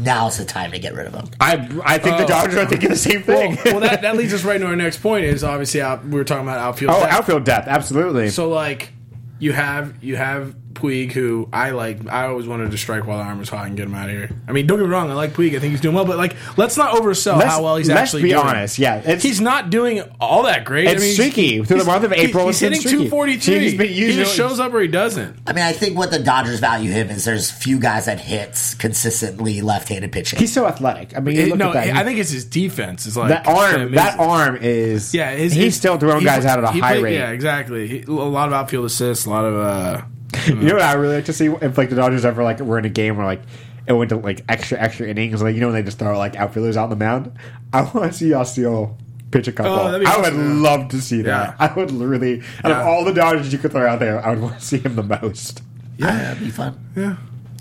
Speaker 5: now's the time to get rid of him.
Speaker 1: I, I think the
Speaker 4: Oh.
Speaker 1: Dodgers are thinking the same
Speaker 4: well,
Speaker 1: thing.
Speaker 4: well, that, that leads us right into our next point. Is obviously out, we were talking about outfield.
Speaker 1: oh,
Speaker 4: depth.
Speaker 1: outfield depth, absolutely.
Speaker 4: So like, you have you have Puig, who I like. I always wanted to strike while the arm was hot and get him out of here. I mean, don't get me wrong. I like Puig. I think he's doing well, but like, let's not oversell
Speaker 1: Let's-
Speaker 4: how well he's
Speaker 1: let's
Speaker 4: actually.
Speaker 1: be
Speaker 4: doing.
Speaker 1: honest, yeah. It's-
Speaker 4: he's not doing all that great.
Speaker 1: It's streaky. Through the
Speaker 4: he's-
Speaker 1: month of
Speaker 4: he-
Speaker 1: April, it's
Speaker 4: he's
Speaker 1: been
Speaker 4: hitting
Speaker 1: streaky.
Speaker 4: 243.
Speaker 1: He's been
Speaker 4: he
Speaker 1: usually-
Speaker 4: just shows up or he doesn't.
Speaker 5: I mean, I think what the Dodgers value him is there's few guys that hits consistently left handed pitching.
Speaker 1: He's so athletic. I mean, you
Speaker 4: It-
Speaker 1: look
Speaker 4: no,
Speaker 1: at that.
Speaker 4: I think it's his defense. Is like
Speaker 1: that arm, that arm is.
Speaker 4: Yeah, his,
Speaker 1: he's
Speaker 4: his-
Speaker 1: still throwing
Speaker 4: he-
Speaker 1: guys out at a
Speaker 4: he
Speaker 1: high
Speaker 4: played-
Speaker 1: rate.
Speaker 4: Yeah, exactly. He, a lot of outfield assists. A lot of. uh
Speaker 1: You know what I really like to see if like the Dodgers ever like were in a game where like it went to like extra extra innings, like you know when they just throw like outfielders out on the mound. I want to see Osceola pitch a couple.
Speaker 4: Oh, that'd be
Speaker 1: I would
Speaker 4: awesome,
Speaker 1: love to see that.
Speaker 4: Yeah.
Speaker 1: I would really out
Speaker 4: Yeah.
Speaker 1: of all the Dodgers you could throw out there, I would want to see him the most.
Speaker 5: yeah, that'd be fun.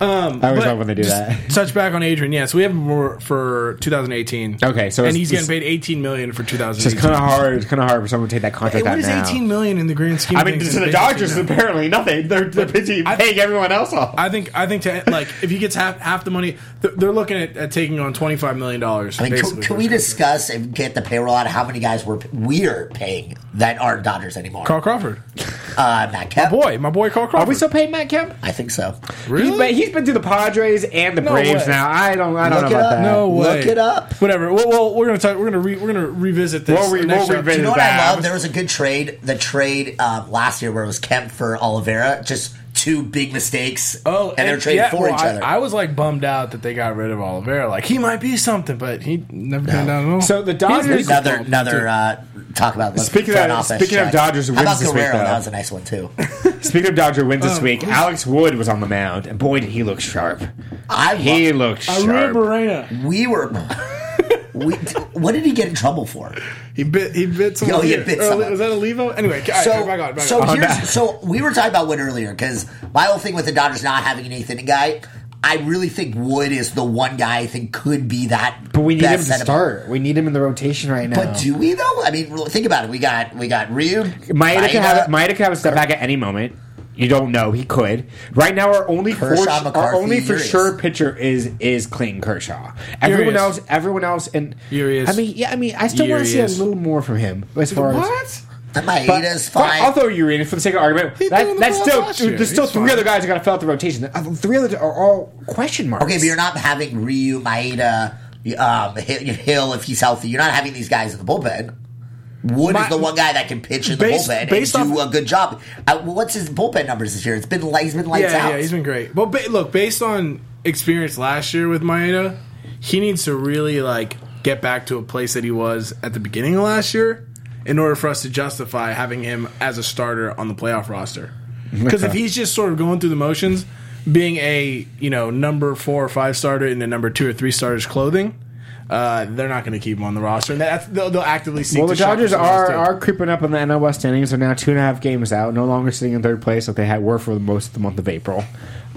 Speaker 4: Um,
Speaker 1: I always
Speaker 4: but
Speaker 1: love when they do
Speaker 4: just
Speaker 1: that.
Speaker 4: Touch back on Adrian. Yes, we have more for 2018.
Speaker 1: Okay, so
Speaker 4: and
Speaker 1: it's-
Speaker 4: he's getting
Speaker 1: it's-
Speaker 4: paid 18 million for 2018.
Speaker 1: It's kind of hard. It's kind of hard for someone to take that contract
Speaker 4: Hey,
Speaker 1: out
Speaker 4: what is
Speaker 1: now.
Speaker 4: 18 million in the grand scheme?
Speaker 1: I
Speaker 4: of
Speaker 1: mean,
Speaker 4: things?
Speaker 1: to the
Speaker 4: It's
Speaker 1: Dodgers,
Speaker 4: basically nothing.
Speaker 1: apparently nothing. They're they're busy
Speaker 4: I-
Speaker 1: paying everyone else off.
Speaker 4: I think I think to like if he gets half half the money, th- they're looking at, at taking on 25 million dollars.
Speaker 5: I mean, can, can we discuss and get the payroll out? How many guys we're we're paying that aren't Dodgers anymore?
Speaker 4: Carl Crawford,
Speaker 5: uh, Matt Kemp.
Speaker 1: Oh,
Speaker 4: boy, my boy Carl Crawford.
Speaker 1: Are we still paying Matt Kemp?
Speaker 5: I think so.
Speaker 4: really?
Speaker 1: He's been, he's been through the Padres and the
Speaker 4: No
Speaker 1: Braves
Speaker 4: way.
Speaker 1: now. I don't. I don't
Speaker 5: Look
Speaker 1: know
Speaker 5: it
Speaker 1: about
Speaker 5: up.
Speaker 1: that.
Speaker 4: no way.
Speaker 5: Look it up.
Speaker 4: Whatever. Well, well we're gonna talk. We're gonna re, we're gonna revisit this.
Speaker 1: We'll re-
Speaker 4: next
Speaker 1: we'll
Speaker 4: episode.
Speaker 1: revisit
Speaker 5: You know what
Speaker 1: Bad.
Speaker 5: I love? There was a good trade. The trade um, last year where it was Kemp for Oliveira. Just two big mistakes.
Speaker 4: Oh,
Speaker 5: and, they're trading
Speaker 4: yeah,
Speaker 5: for
Speaker 4: well,
Speaker 5: each
Speaker 4: I,
Speaker 5: other.
Speaker 4: I was like bummed out that they got rid of Oliveira. Like he might be something, but he never turned down at all.
Speaker 1: So the
Speaker 4: He's
Speaker 1: Dodgers-
Speaker 4: really
Speaker 5: another
Speaker 4: good.
Speaker 5: another uh, talk about look,
Speaker 1: Speaking of-
Speaker 5: front office
Speaker 1: speaking of
Speaker 5: check.
Speaker 1: Dodgers
Speaker 5: How
Speaker 1: wins
Speaker 5: about
Speaker 1: this week,
Speaker 5: Guerrero?
Speaker 1: though?
Speaker 5: that was a nice one too.
Speaker 1: Speaking of Dodger wins this
Speaker 4: Um,
Speaker 1: week, Alex Wood was on the mound, and boy, did he look sharp.
Speaker 5: I
Speaker 1: He
Speaker 5: love-
Speaker 1: looked
Speaker 4: Aruba
Speaker 1: sharp.
Speaker 4: Morena.
Speaker 5: we were. we, what did he get in trouble for?
Speaker 4: He bit. He bit someone.
Speaker 5: he
Speaker 4: here.
Speaker 5: bit
Speaker 4: Or,
Speaker 5: someone.
Speaker 4: Was that a Levo? Anyway, all right,
Speaker 5: So,
Speaker 4: back on, back
Speaker 5: so
Speaker 4: on.
Speaker 1: back.
Speaker 5: here's so we were talking about Wood earlier because my whole thing with the Dodgers not having an eighth inning guy, I really think Wood is the one guy I think could be that.
Speaker 1: But we need
Speaker 5: best
Speaker 1: him to
Speaker 5: setup.
Speaker 1: start. We need him in the rotation right now.
Speaker 5: But do we though? I mean, think about it. We got we got Ryu.
Speaker 1: Maeda could have
Speaker 5: Maeda.
Speaker 1: Maeda could have a step back at any moment. You don't know. He could. Right now, our only for,
Speaker 5: Kershaw,
Speaker 1: our
Speaker 5: McCarthy,
Speaker 1: only for
Speaker 5: Urias.
Speaker 1: sure pitcher is is Clayton Kershaw. Everyone
Speaker 4: Urias.
Speaker 1: else, everyone else, and
Speaker 4: Urias.
Speaker 1: I mean, yeah, I mean, I still want to see a
Speaker 4: Urias.
Speaker 1: little more from him as far as.
Speaker 4: What?
Speaker 1: But-
Speaker 5: Maeda's
Speaker 1: but
Speaker 5: fine.
Speaker 1: I'll throw Urias for the sake of argument.
Speaker 4: He threw
Speaker 1: That,
Speaker 4: him the
Speaker 1: that's
Speaker 4: ball
Speaker 1: still
Speaker 4: last
Speaker 1: dude,
Speaker 4: year.
Speaker 1: there's still
Speaker 4: He's
Speaker 1: three
Speaker 4: fine.
Speaker 1: other guys that got to fill out the rotation. The other- Three others are all question marks.
Speaker 5: Okay, but you're not having Ryu, Maeda, um, Hi- Hill if he's healthy. You're not having these guys in the bullpen. Wood
Speaker 4: My-
Speaker 5: is the one guy that can pitch in the
Speaker 4: Based-
Speaker 5: bullpen
Speaker 4: based
Speaker 5: and do
Speaker 4: off-
Speaker 5: a good job. Uh, what's his bullpen numbers this year? It's been li- he's been lights
Speaker 4: yeah,
Speaker 5: out.
Speaker 4: yeah, he's been great. But ba- look, based on experience last year with Maeda, he needs to really like get back to a place that he was at the beginning of last year in order for us to justify having him as a starter on the playoff roster. Because if he's just sort of going through the motions, being a you know number four or five starter in the number two or three starters clothing, uh, they're not going to keep him on the roster, and that's, they'll, they'll actively seek.
Speaker 1: Well, the
Speaker 4: to shop
Speaker 1: Dodgers
Speaker 4: for someone else,
Speaker 1: are,
Speaker 4: too.
Speaker 1: are creeping up in the NL West innings. They're now two and a half games out, no longer sitting in third place like they had were for the most of the month of April.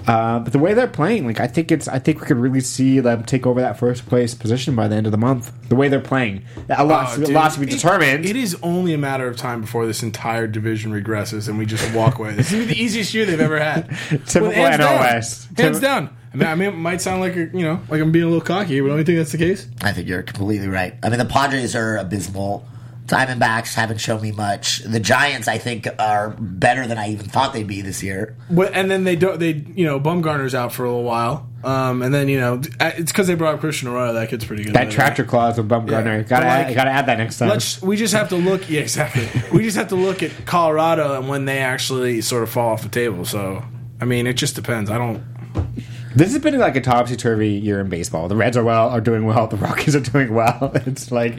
Speaker 1: Uh, but the way they're playing, like I think it's, I think we could really see them take over that first place position by the end of the month. The way they're playing, a lot,
Speaker 4: Oh, dude,
Speaker 1: lot to be
Speaker 4: it-
Speaker 1: determined.
Speaker 4: It is only a matter of time before this entire division regresses and we just walk away. This is the easiest year they've ever had.
Speaker 1: Typical
Speaker 4: With hands
Speaker 1: NL
Speaker 4: down.
Speaker 1: West.
Speaker 4: Hands
Speaker 1: Typ-
Speaker 4: down. I mean, I mean, it might sound like you're- you know, like I'm being a little cocky, but don't you think that's the case?
Speaker 5: I think you're completely right. I mean, the Padres are abysmal. Diamondbacks haven't shown me much. The Giants, I think, are better than I even thought they'd be this year.
Speaker 4: But, and then they don't. They you know, Bumgarner's out for a little while, um, and then you know, it's because they brought up Christian Arroyo. That kid's pretty good.
Speaker 1: that
Speaker 4: Like,
Speaker 1: tractor clause of Bumgarner.
Speaker 4: Yeah.
Speaker 1: Gotta,
Speaker 4: But,
Speaker 1: add-
Speaker 4: like,
Speaker 1: gotta add that next time.
Speaker 4: Let's. We just have to look. Yeah, exactly. we just have to look at Colorado and when they actually sort of fall off the table. So, I mean, it just depends. I don't.
Speaker 1: This has been like a topsy turvy year in baseball. The Reds are well, are doing well. The Rockies are doing well. It's like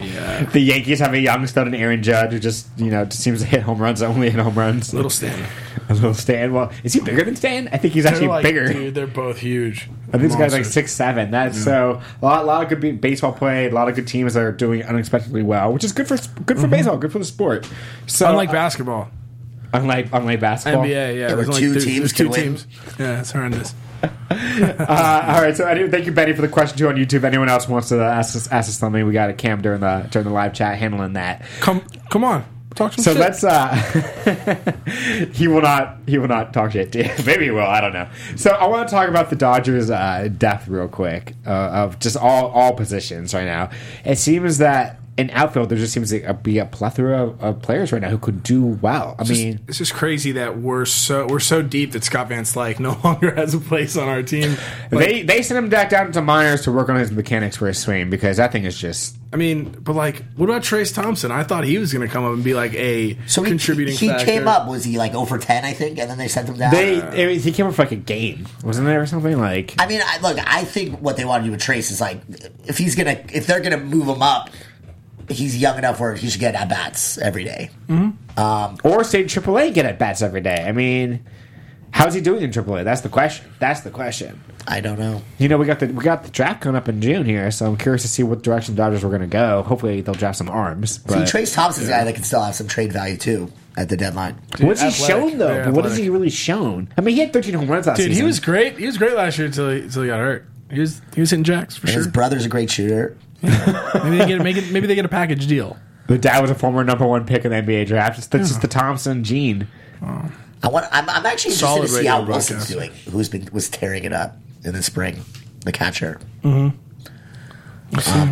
Speaker 1: the Yankees have a young stud and Aaron Judge who just you know just seems to hit home runs, only hit home runs.
Speaker 4: Little Stan.
Speaker 1: a little Stan. Well, is he bigger than Stan? I think he's actually
Speaker 4: They're like,
Speaker 1: bigger.
Speaker 4: Dude, they're both huge.
Speaker 1: I think this guy's like
Speaker 4: Monsters.
Speaker 1: six seven. That's so a lot, lot of good be- baseball play. A lot of good teams that are doing unexpectedly well, which is good for good for baseball, good for the sport. So
Speaker 4: Mm-hmm. Unlike basketball,
Speaker 1: unlike unlike basketball,
Speaker 4: NBA, yeah,
Speaker 5: where
Speaker 4: there's only
Speaker 5: two
Speaker 4: two
Speaker 5: teams
Speaker 4: teams.
Speaker 5: can
Speaker 4: Two
Speaker 5: win.
Speaker 4: teams. Yeah, it's horrendous.
Speaker 1: Uh, all right, so I do thank you, Benny, for the question too on YouTube. If anyone else wants to ask us, ask us something, we got a cam during the during the live chat handling that.
Speaker 4: Come, come on, talk some
Speaker 1: So
Speaker 4: shit.
Speaker 1: let's. uh He will not. He will not talk shit. to you. Maybe he will. I don't know. So I want to talk about the Dodgers' uh, death real quick uh, of just all all positions right now. It seems that in outfield there just seems to uh, be a plethora of, of players right now who could do well. I mean,
Speaker 4: it's just crazy that we're so we're so deep that Scott Van Slyke no longer has a place on our team. Like,
Speaker 1: they they sent him back down to minors to work on his mechanics for his swing because that thing is just
Speaker 4: I mean, but like, what about Trace Thompson? I thought he was going to come up and be like a
Speaker 5: he-
Speaker 4: contributing.
Speaker 5: He,
Speaker 4: factor.
Speaker 5: came up. Was he like over ten? I think, and then they sent him down.
Speaker 1: They it was, he came up for like a game, wasn't there, or something like?
Speaker 5: I mean, I, look, I think what they want to do with Trace is like, if he's gonna, if they're gonna move him up, he's young enough where he should get at bats every day.
Speaker 1: Or say AAA get at bats every day. I mean, how's he doing in AAA? That's the question. That's the question.
Speaker 5: I don't know.
Speaker 1: You know, we got the we got the draft coming up in June here, so I'm curious to see what direction Dodgers were going to go. Hopefully, they'll draft some arms.
Speaker 5: See,
Speaker 1: But
Speaker 5: Trace Thompson's a guy that can still have some trade value too at the deadline.
Speaker 1: what's he
Speaker 4: Athletic.
Speaker 1: shown though?
Speaker 4: Very
Speaker 1: what has
Speaker 4: athletic.
Speaker 1: he really shown? I mean, he had 13 home runs last
Speaker 4: Dude,
Speaker 1: season.
Speaker 4: he was great. He was great last year until he, until he got hurt. He was he was hitting jacks for
Speaker 5: His
Speaker 4: sure.
Speaker 5: brother's a great shooter.
Speaker 4: Maybe they get make it, maybe they get a package deal.
Speaker 1: the dad was a former number one pick in the NBA draft. It's, that's just the Thompson gene.
Speaker 5: I want. I'm, I'm actually interested
Speaker 4: Solid
Speaker 5: to see
Speaker 4: radio
Speaker 5: how Wilson's
Speaker 4: broadcast.
Speaker 5: doing. Who's been was tearing it up in the spring? The catcher.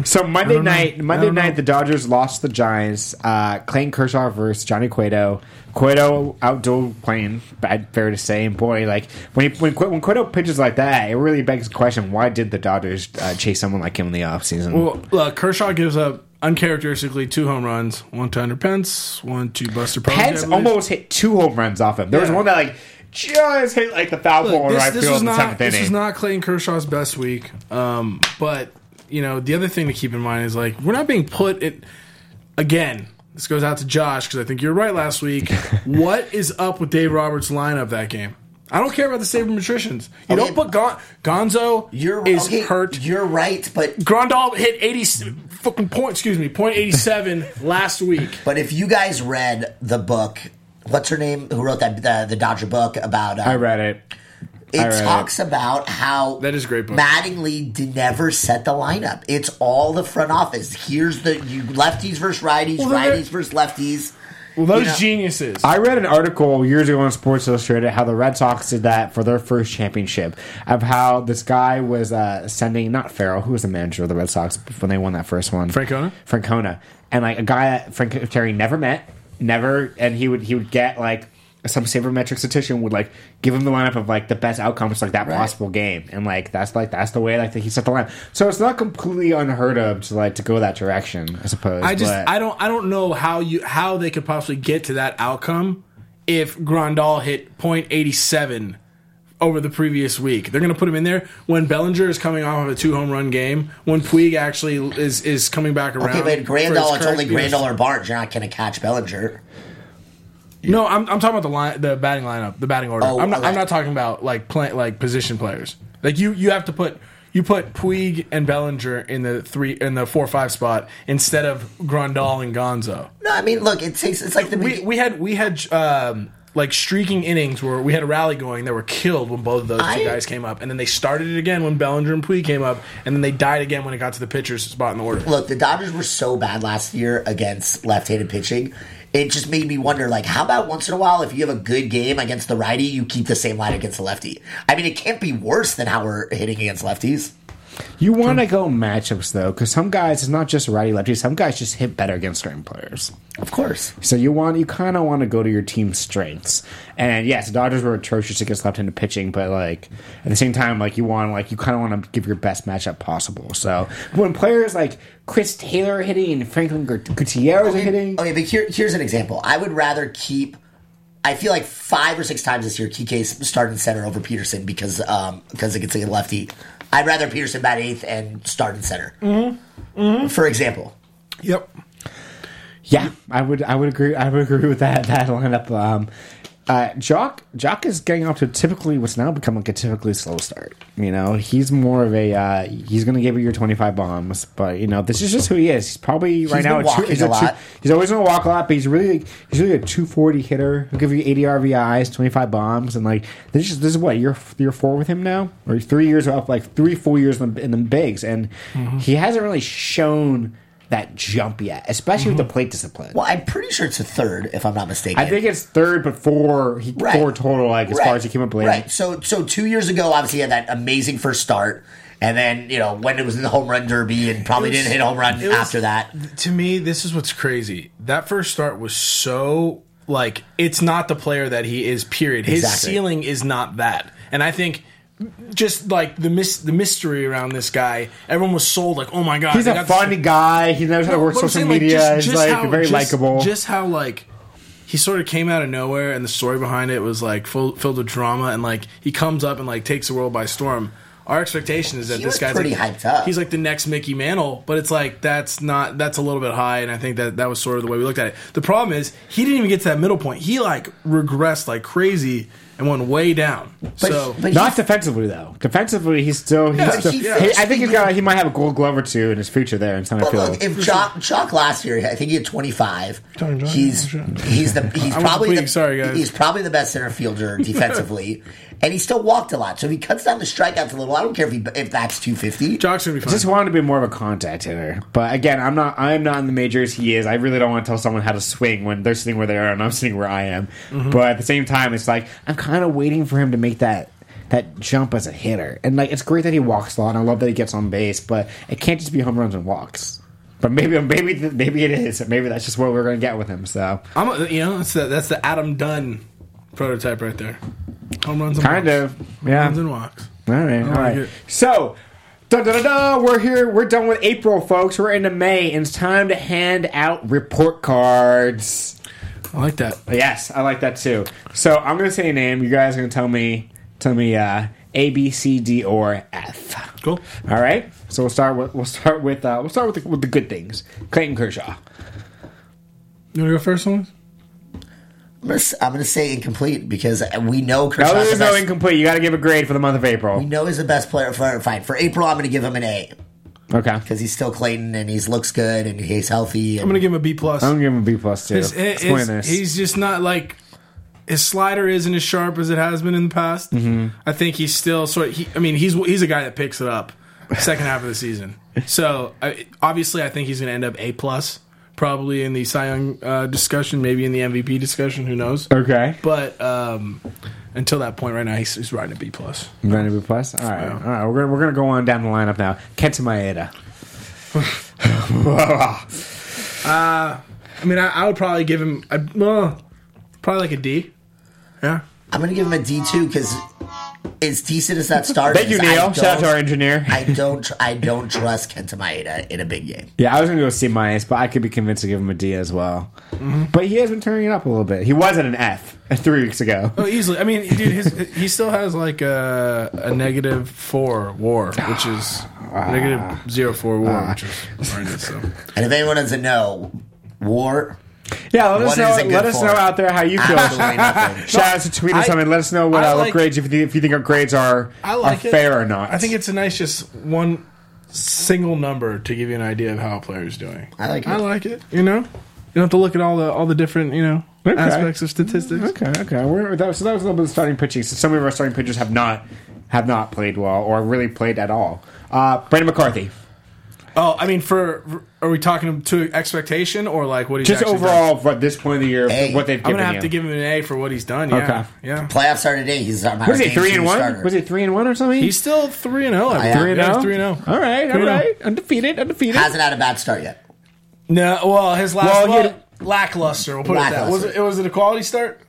Speaker 1: So Monday
Speaker 4: know.
Speaker 1: night,
Speaker 4: I
Speaker 1: Monday
Speaker 4: don't know.
Speaker 1: night, the Dodgers lost to the Giants. Uh, Clayton Kershaw versus Johnny Cueto. Cueto outdueled Clayton, bad fair to say. And boy, like when he, when Cue- when Cueto pitches like that, it really begs the question: Why did the Dodgers uh, chase someone like him in the offseason?
Speaker 4: Well, look, Kershaw gives up uncharacteristically two home runs, one to Hunter Pence, one to Buster Posey, I
Speaker 1: Pence
Speaker 4: believe.
Speaker 1: almost hit two home runs off him. There was
Speaker 4: Yeah.
Speaker 1: one that like just hit like the foul
Speaker 4: Look,
Speaker 1: pole in
Speaker 4: this,
Speaker 1: right
Speaker 4: this
Speaker 1: field
Speaker 4: was
Speaker 1: in the
Speaker 4: not
Speaker 1: seventh
Speaker 4: this was
Speaker 1: inning.
Speaker 4: not Clayton Kershaw's best week. Um, but you know, the other thing to keep in mind is like we're not being put in again. This goes out to Josh because I think you're right last week. what is up with Dave Roberts' lineup that game? I don't care about the sabermetricians.
Speaker 5: Okay.
Speaker 4: You don't put Gon- Gonzo
Speaker 5: You're
Speaker 4: is
Speaker 5: okay,
Speaker 4: hurt.
Speaker 5: You're right, but
Speaker 4: Grandal hit eighty s- fucking point. Excuse me, point eighty seven last week.
Speaker 5: But if you guys read the book, what's her name? Who wrote that the, the Dodger book about? Uh,
Speaker 1: I read it.
Speaker 5: it
Speaker 1: read it.
Speaker 5: talks about how
Speaker 4: That is a great book.
Speaker 5: Mattingly did never set the lineup. It's all the front office. Here's the you lefties versus righties,
Speaker 4: Well, they're-
Speaker 5: righties versus lefties.
Speaker 4: Well, those
Speaker 5: You know-
Speaker 4: geniuses.
Speaker 1: I read an article years ago on Sports Illustrated how the Red Sox did that for their first championship. Of how this guy was uh, sending not Farrell, who was the manager of the Red Sox when they won that first one,
Speaker 4: Francona?
Speaker 1: Francona, and like a guy that Frank Terry never met, never, and he would he would get like some sabermetric statistician would like give him the lineup of like the best outcomes like that possible game, and like that's like that's the way like that he set the lineup. So it's not completely unheard of to like to go that direction, I suppose.
Speaker 4: I just
Speaker 1: but-
Speaker 4: I don't I don't know how you how they could possibly get to that outcome if Grandal hit .87 over the previous week. They're going to put him in there when Bellinger is coming off of a two home run game, when Puig actually is is coming back around.
Speaker 5: Okay, but
Speaker 4: for his
Speaker 5: Grandal, it's
Speaker 4: current
Speaker 5: only
Speaker 4: years.
Speaker 5: Grandal or Barnes. You're not going to catch Bellinger.
Speaker 4: No, I'm, I'm talking about the line, the batting lineup, the batting order.
Speaker 5: Oh,
Speaker 4: I'm not
Speaker 5: okay.
Speaker 4: I'm not talking about like play, like position players. Like you you have to put you put Puig and Bellinger in the three in the four five spot instead of Grandal and Gonzo.
Speaker 5: No, I mean, look, it takes. It's like the
Speaker 4: We we had we had um, like streaking innings where we had a rally going that were killed when both of those
Speaker 5: I-
Speaker 4: two guys came up, and then they started it again when Bellinger and Puig came up, and then they died again when it got to the pitcher's spot in the order.
Speaker 5: look, the Dodgers were so bad last year against left-handed pitching. It just made me wonder, like, how about once in a while, if you have a good game against the righty, you keep the same line against the lefty. I mean, it can't be worse than how we're hitting against lefties.
Speaker 1: You want to go matchups though, because some guys it's not just righty lefty. Some guys just hit better against certain players.
Speaker 5: Of course.
Speaker 1: So you want you kind of want to go to your team's strengths. And yes, the Dodgers were atrocious against left-handed pitching, but like at the same time, like you want like you kind of want to give your best matchup possible. So when players like Chris Taylor are hitting and Franklin Gut- Gutierrez are hitting,
Speaker 5: Okay, but here, here's an example. I would rather keep. I feel like five or six times this year, Kike's starting center over Peterson because um because it gets a lefty. I'd rather Peterson bat eighth and start in center. Mm-hmm. For example,
Speaker 4: Yep.
Speaker 1: yeah, I would I would agree I would agree with that that lineup. Um, uh, Jock Jock is getting off to typically what's now become like a typically slow start. You know, he's more of a uh, he's going to give you your twenty five bombs, but you know this is just who he is. He's probably right
Speaker 5: been
Speaker 1: now a two-
Speaker 5: walking
Speaker 1: he's
Speaker 5: a
Speaker 1: a two-
Speaker 5: lot.
Speaker 1: He's always gonna walk a lot, but he's really he's really a 240 hitter. He'll give you 80 RBIs, 25 bombs, and like this is this is what you're you're four with him now, or three years up, like three four years in the, in the bigs, and
Speaker 4: Mm-hmm.
Speaker 1: he hasn't really shown that jump yet, especially with
Speaker 4: Mm-hmm.
Speaker 1: the plate discipline.
Speaker 5: well, I'm pretty sure it's a third, if I'm not mistaken.
Speaker 1: I think it's third, but four he
Speaker 5: Right.
Speaker 1: four total, like as far
Speaker 5: Right.
Speaker 1: as he came up late.
Speaker 5: Right. So so two years ago, obviously he had that amazing first start, and then you know when it was in the home run derby, and probably
Speaker 4: was-
Speaker 5: didn't hit home run
Speaker 4: it was-
Speaker 5: after that.
Speaker 4: to me, this is what's crazy. That first start was so like it's not the player that he is. Period. His
Speaker 5: Exactly.
Speaker 4: ceiling is not that, and I think just like the mis- the mystery around this guy, everyone was sold like, oh my god,
Speaker 1: He's
Speaker 4: they
Speaker 1: a
Speaker 4: got
Speaker 1: funny guy. He knows how to work
Speaker 4: But I'm
Speaker 1: social
Speaker 4: saying, like,
Speaker 1: media.
Speaker 4: just-
Speaker 1: he's
Speaker 4: just
Speaker 1: like
Speaker 4: how-
Speaker 1: very
Speaker 4: just-
Speaker 1: likable.
Speaker 4: Just how like he sort of came out of nowhere, and the story behind it was like full, filled with drama, and like he comes up and like takes the world by storm. Our expectation is that
Speaker 5: He
Speaker 4: this
Speaker 5: was
Speaker 4: guy's
Speaker 5: pretty
Speaker 4: like,
Speaker 5: hyped up.
Speaker 4: He's like the next Mickey Mantle, but it's like that's not that's a little bit high, and I think that that was sort of the way we looked at it. The problem is he didn't even get to that middle point. He like regressed like crazy and went way down. so
Speaker 5: but
Speaker 1: Not
Speaker 5: he-
Speaker 1: defensively though. Defensively, he's still. He's
Speaker 5: But
Speaker 1: still
Speaker 5: he-
Speaker 1: he-
Speaker 5: yeah.
Speaker 1: I think he's got. He might have a gold glove or two in his future there in center
Speaker 5: But
Speaker 1: field.
Speaker 5: look, if Jock, Jock last year, I think he had 25. He's he's the he's
Speaker 4: was
Speaker 5: probably the,
Speaker 4: bleeding, sorry, guys.
Speaker 5: he's probably the best center fielder defensively, and he still walked a lot. So if he cuts down the strikeouts a little, I don't care if he if that's 250.
Speaker 4: Jock's gonna be fine.
Speaker 1: just wanted to be more of a contact hitter, but again, I'm not. I'm not in the majors. He is. I really don't want to tell someone how to swing when they're sitting where they are and I'm sitting where I am.
Speaker 5: Mm-hmm.
Speaker 1: But at the same time, it's like I'm kind of waiting for him to make that that jump as a hitter. And like, it's great that he walks a lot. And I love that he gets on base, but it can't just be home runs and walks. But maybe, maybe, maybe it is. Maybe that's just what we're going to get with him. So
Speaker 4: I'm a, you know that's the, that's the Adam Dunn prototype right there. Home runs, and
Speaker 1: Kind
Speaker 4: walks.
Speaker 1: of,
Speaker 4: Home
Speaker 1: yeah.
Speaker 4: runs and walks.
Speaker 1: All right, all
Speaker 4: like
Speaker 1: right.
Speaker 4: it.
Speaker 1: So, da da da da. We're here. We're done with April, folks. We're into May, and it's time to hand out report cards.
Speaker 4: I like that.
Speaker 1: Yes, I like that too. So I'm gonna say a name. You guys are gonna tell me, tell me uh, A, B, C, D, or F.
Speaker 4: Cool.
Speaker 1: All right. So we'll start with we'll start with uh, we'll start with the, with the good things. Clayton Kershaw.
Speaker 4: You want to go first, one?
Speaker 5: I'm gonna, s- I'm gonna say incomplete because we know
Speaker 1: No,
Speaker 5: Kershaw's
Speaker 1: Oh, there's
Speaker 5: the
Speaker 1: no
Speaker 5: best.
Speaker 1: incomplete. You got to give a grade for the month of
Speaker 5: we
Speaker 1: April.
Speaker 5: know he's the best player for fine for April. I'm gonna give him an A
Speaker 1: Okay. I'm
Speaker 5: because he's still Clayton and he's looks good and he's healthy. And
Speaker 4: I'm gonna give him a B plus.
Speaker 1: gonna give him a B plus too.
Speaker 4: His- his-
Speaker 1: Explain this.
Speaker 4: He's just not like his slider isn't as sharp as it has been in the past.
Speaker 1: Mm-hmm.
Speaker 4: I think he's still sort. Of, he, I mean, he's he's a guy that picks it up second half of the season. So I, obviously, I think he's gonna end up A plus, probably in the Cy Young uh, discussion, maybe in the MVP discussion. Who knows?
Speaker 1: okay.
Speaker 4: But um, until that point, right now he's, he's riding a B plus.
Speaker 1: Ready to be plus? All right, all right. We're gonna we're gonna go on down the lineup now. Kenta Maeda.
Speaker 4: I mean, I, I would probably give him a, well, probably like a D. Yeah,
Speaker 5: I'm gonna give him a D two because as decent as that start.
Speaker 1: Thank you,
Speaker 5: is, I
Speaker 1: Neil. Shout out to
Speaker 5: don't-
Speaker 1: our engineer.
Speaker 5: I don't tr- I don't trust Kenta Maeda in a big game.
Speaker 1: yeah, I was gonna go C minus, but I could be convinced to give him a D as well. But he has been turning it up a little bit. He was at an F three weeks ago.
Speaker 4: oh, easily. I mean, dude, his, he still has like a, a negative four WAR, which is
Speaker 1: Ah.
Speaker 4: negative zero four WAR, which is horrendous. So.
Speaker 5: And if anyone doesn't know, war
Speaker 1: Yeah, let us
Speaker 5: What is
Speaker 1: know.
Speaker 5: it good
Speaker 1: Let us
Speaker 5: for?
Speaker 1: know out there how you feel.
Speaker 5: Absolutely nothing.
Speaker 1: Shout out to tweet us
Speaker 4: I-
Speaker 1: something. Let us know what,
Speaker 4: I
Speaker 1: uh, what
Speaker 4: like-
Speaker 1: grades if you, think- if you think our grades are
Speaker 4: I like
Speaker 1: are
Speaker 4: it.
Speaker 1: fair or not.
Speaker 4: I think it's a nice just one single number to give you an idea of how a player's doing.
Speaker 5: I like it.
Speaker 4: I like it. You know, you don't have to look at all the all the different you know
Speaker 1: Okay.
Speaker 4: aspects of statistics.
Speaker 1: okay. Okay, We're, that, so that was a little bit of starting pitching. So some of our starting pitchers have not have not played well or really played at all. Uh, Brandon McCarthy,
Speaker 4: Oh, I mean, for are we talking to expectation or like what he's
Speaker 1: just
Speaker 4: actually
Speaker 1: overall for this point of the year,
Speaker 5: Hey,
Speaker 1: what they've
Speaker 4: done? I'm
Speaker 1: given
Speaker 4: gonna have
Speaker 1: you.
Speaker 4: to give him an A for what he's done. Yeah,
Speaker 1: Okay.
Speaker 4: yeah.
Speaker 5: Playoffs start today. He's on
Speaker 1: was it three and one? Was it three and one or something?
Speaker 4: He's still three and oh, zero.
Speaker 5: yeah. Three and
Speaker 4: zero. Three and zero.
Speaker 1: oh? All right, all
Speaker 4: Three and oh.
Speaker 1: right, undefeated, undefeated.
Speaker 5: hasn't had a bad start yet?
Speaker 4: No, well, his
Speaker 1: Well,
Speaker 4: last
Speaker 1: he
Speaker 4: well,
Speaker 1: had-
Speaker 4: lackluster. We'll put it that. Was it
Speaker 5: Lackluster.
Speaker 4: was it a quality start?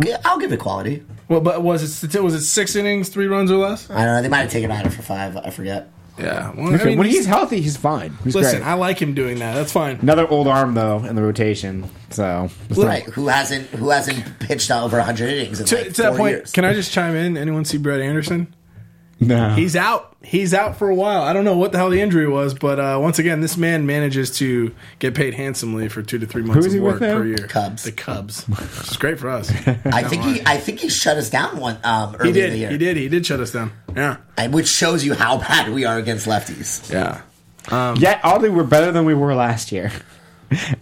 Speaker 5: Yeah, I'll give it quality.
Speaker 4: Well, but was it stati- was it six innings, three runs or less?
Speaker 5: I don't know. They might have taken out of for five. I forget.
Speaker 4: Yeah. Well,
Speaker 1: Okay, when he's healthy, he's fine. He's
Speaker 4: listen,
Speaker 1: great.
Speaker 4: I like him doing that. That's fine.
Speaker 1: Another old arm though in the rotation. So it's
Speaker 5: Right? Who hasn't? Who hasn't pitched out over hundred innings in
Speaker 4: To,
Speaker 5: like
Speaker 4: to
Speaker 5: four
Speaker 4: that point,
Speaker 5: years?
Speaker 4: can I just chime in? Anyone see Brett Anderson?
Speaker 1: not- no.
Speaker 4: He's out. He's out for a while. I don't know what the hell the injury was, but uh, once again, this man manages to get paid handsomely for two to three months
Speaker 1: is
Speaker 4: of
Speaker 1: he
Speaker 4: work
Speaker 1: with now?
Speaker 4: per year.
Speaker 5: Cubs.
Speaker 4: The Cubs. Which is great for us.
Speaker 5: I think he. I think he shut us down one um, early
Speaker 4: he
Speaker 5: in
Speaker 4: did.
Speaker 5: the year,
Speaker 4: He did. He did shut us down. Yeah.
Speaker 5: And- which shows you how bad we are against lefties.
Speaker 4: Yeah.
Speaker 1: Yet, oddly, we're better than we were last year.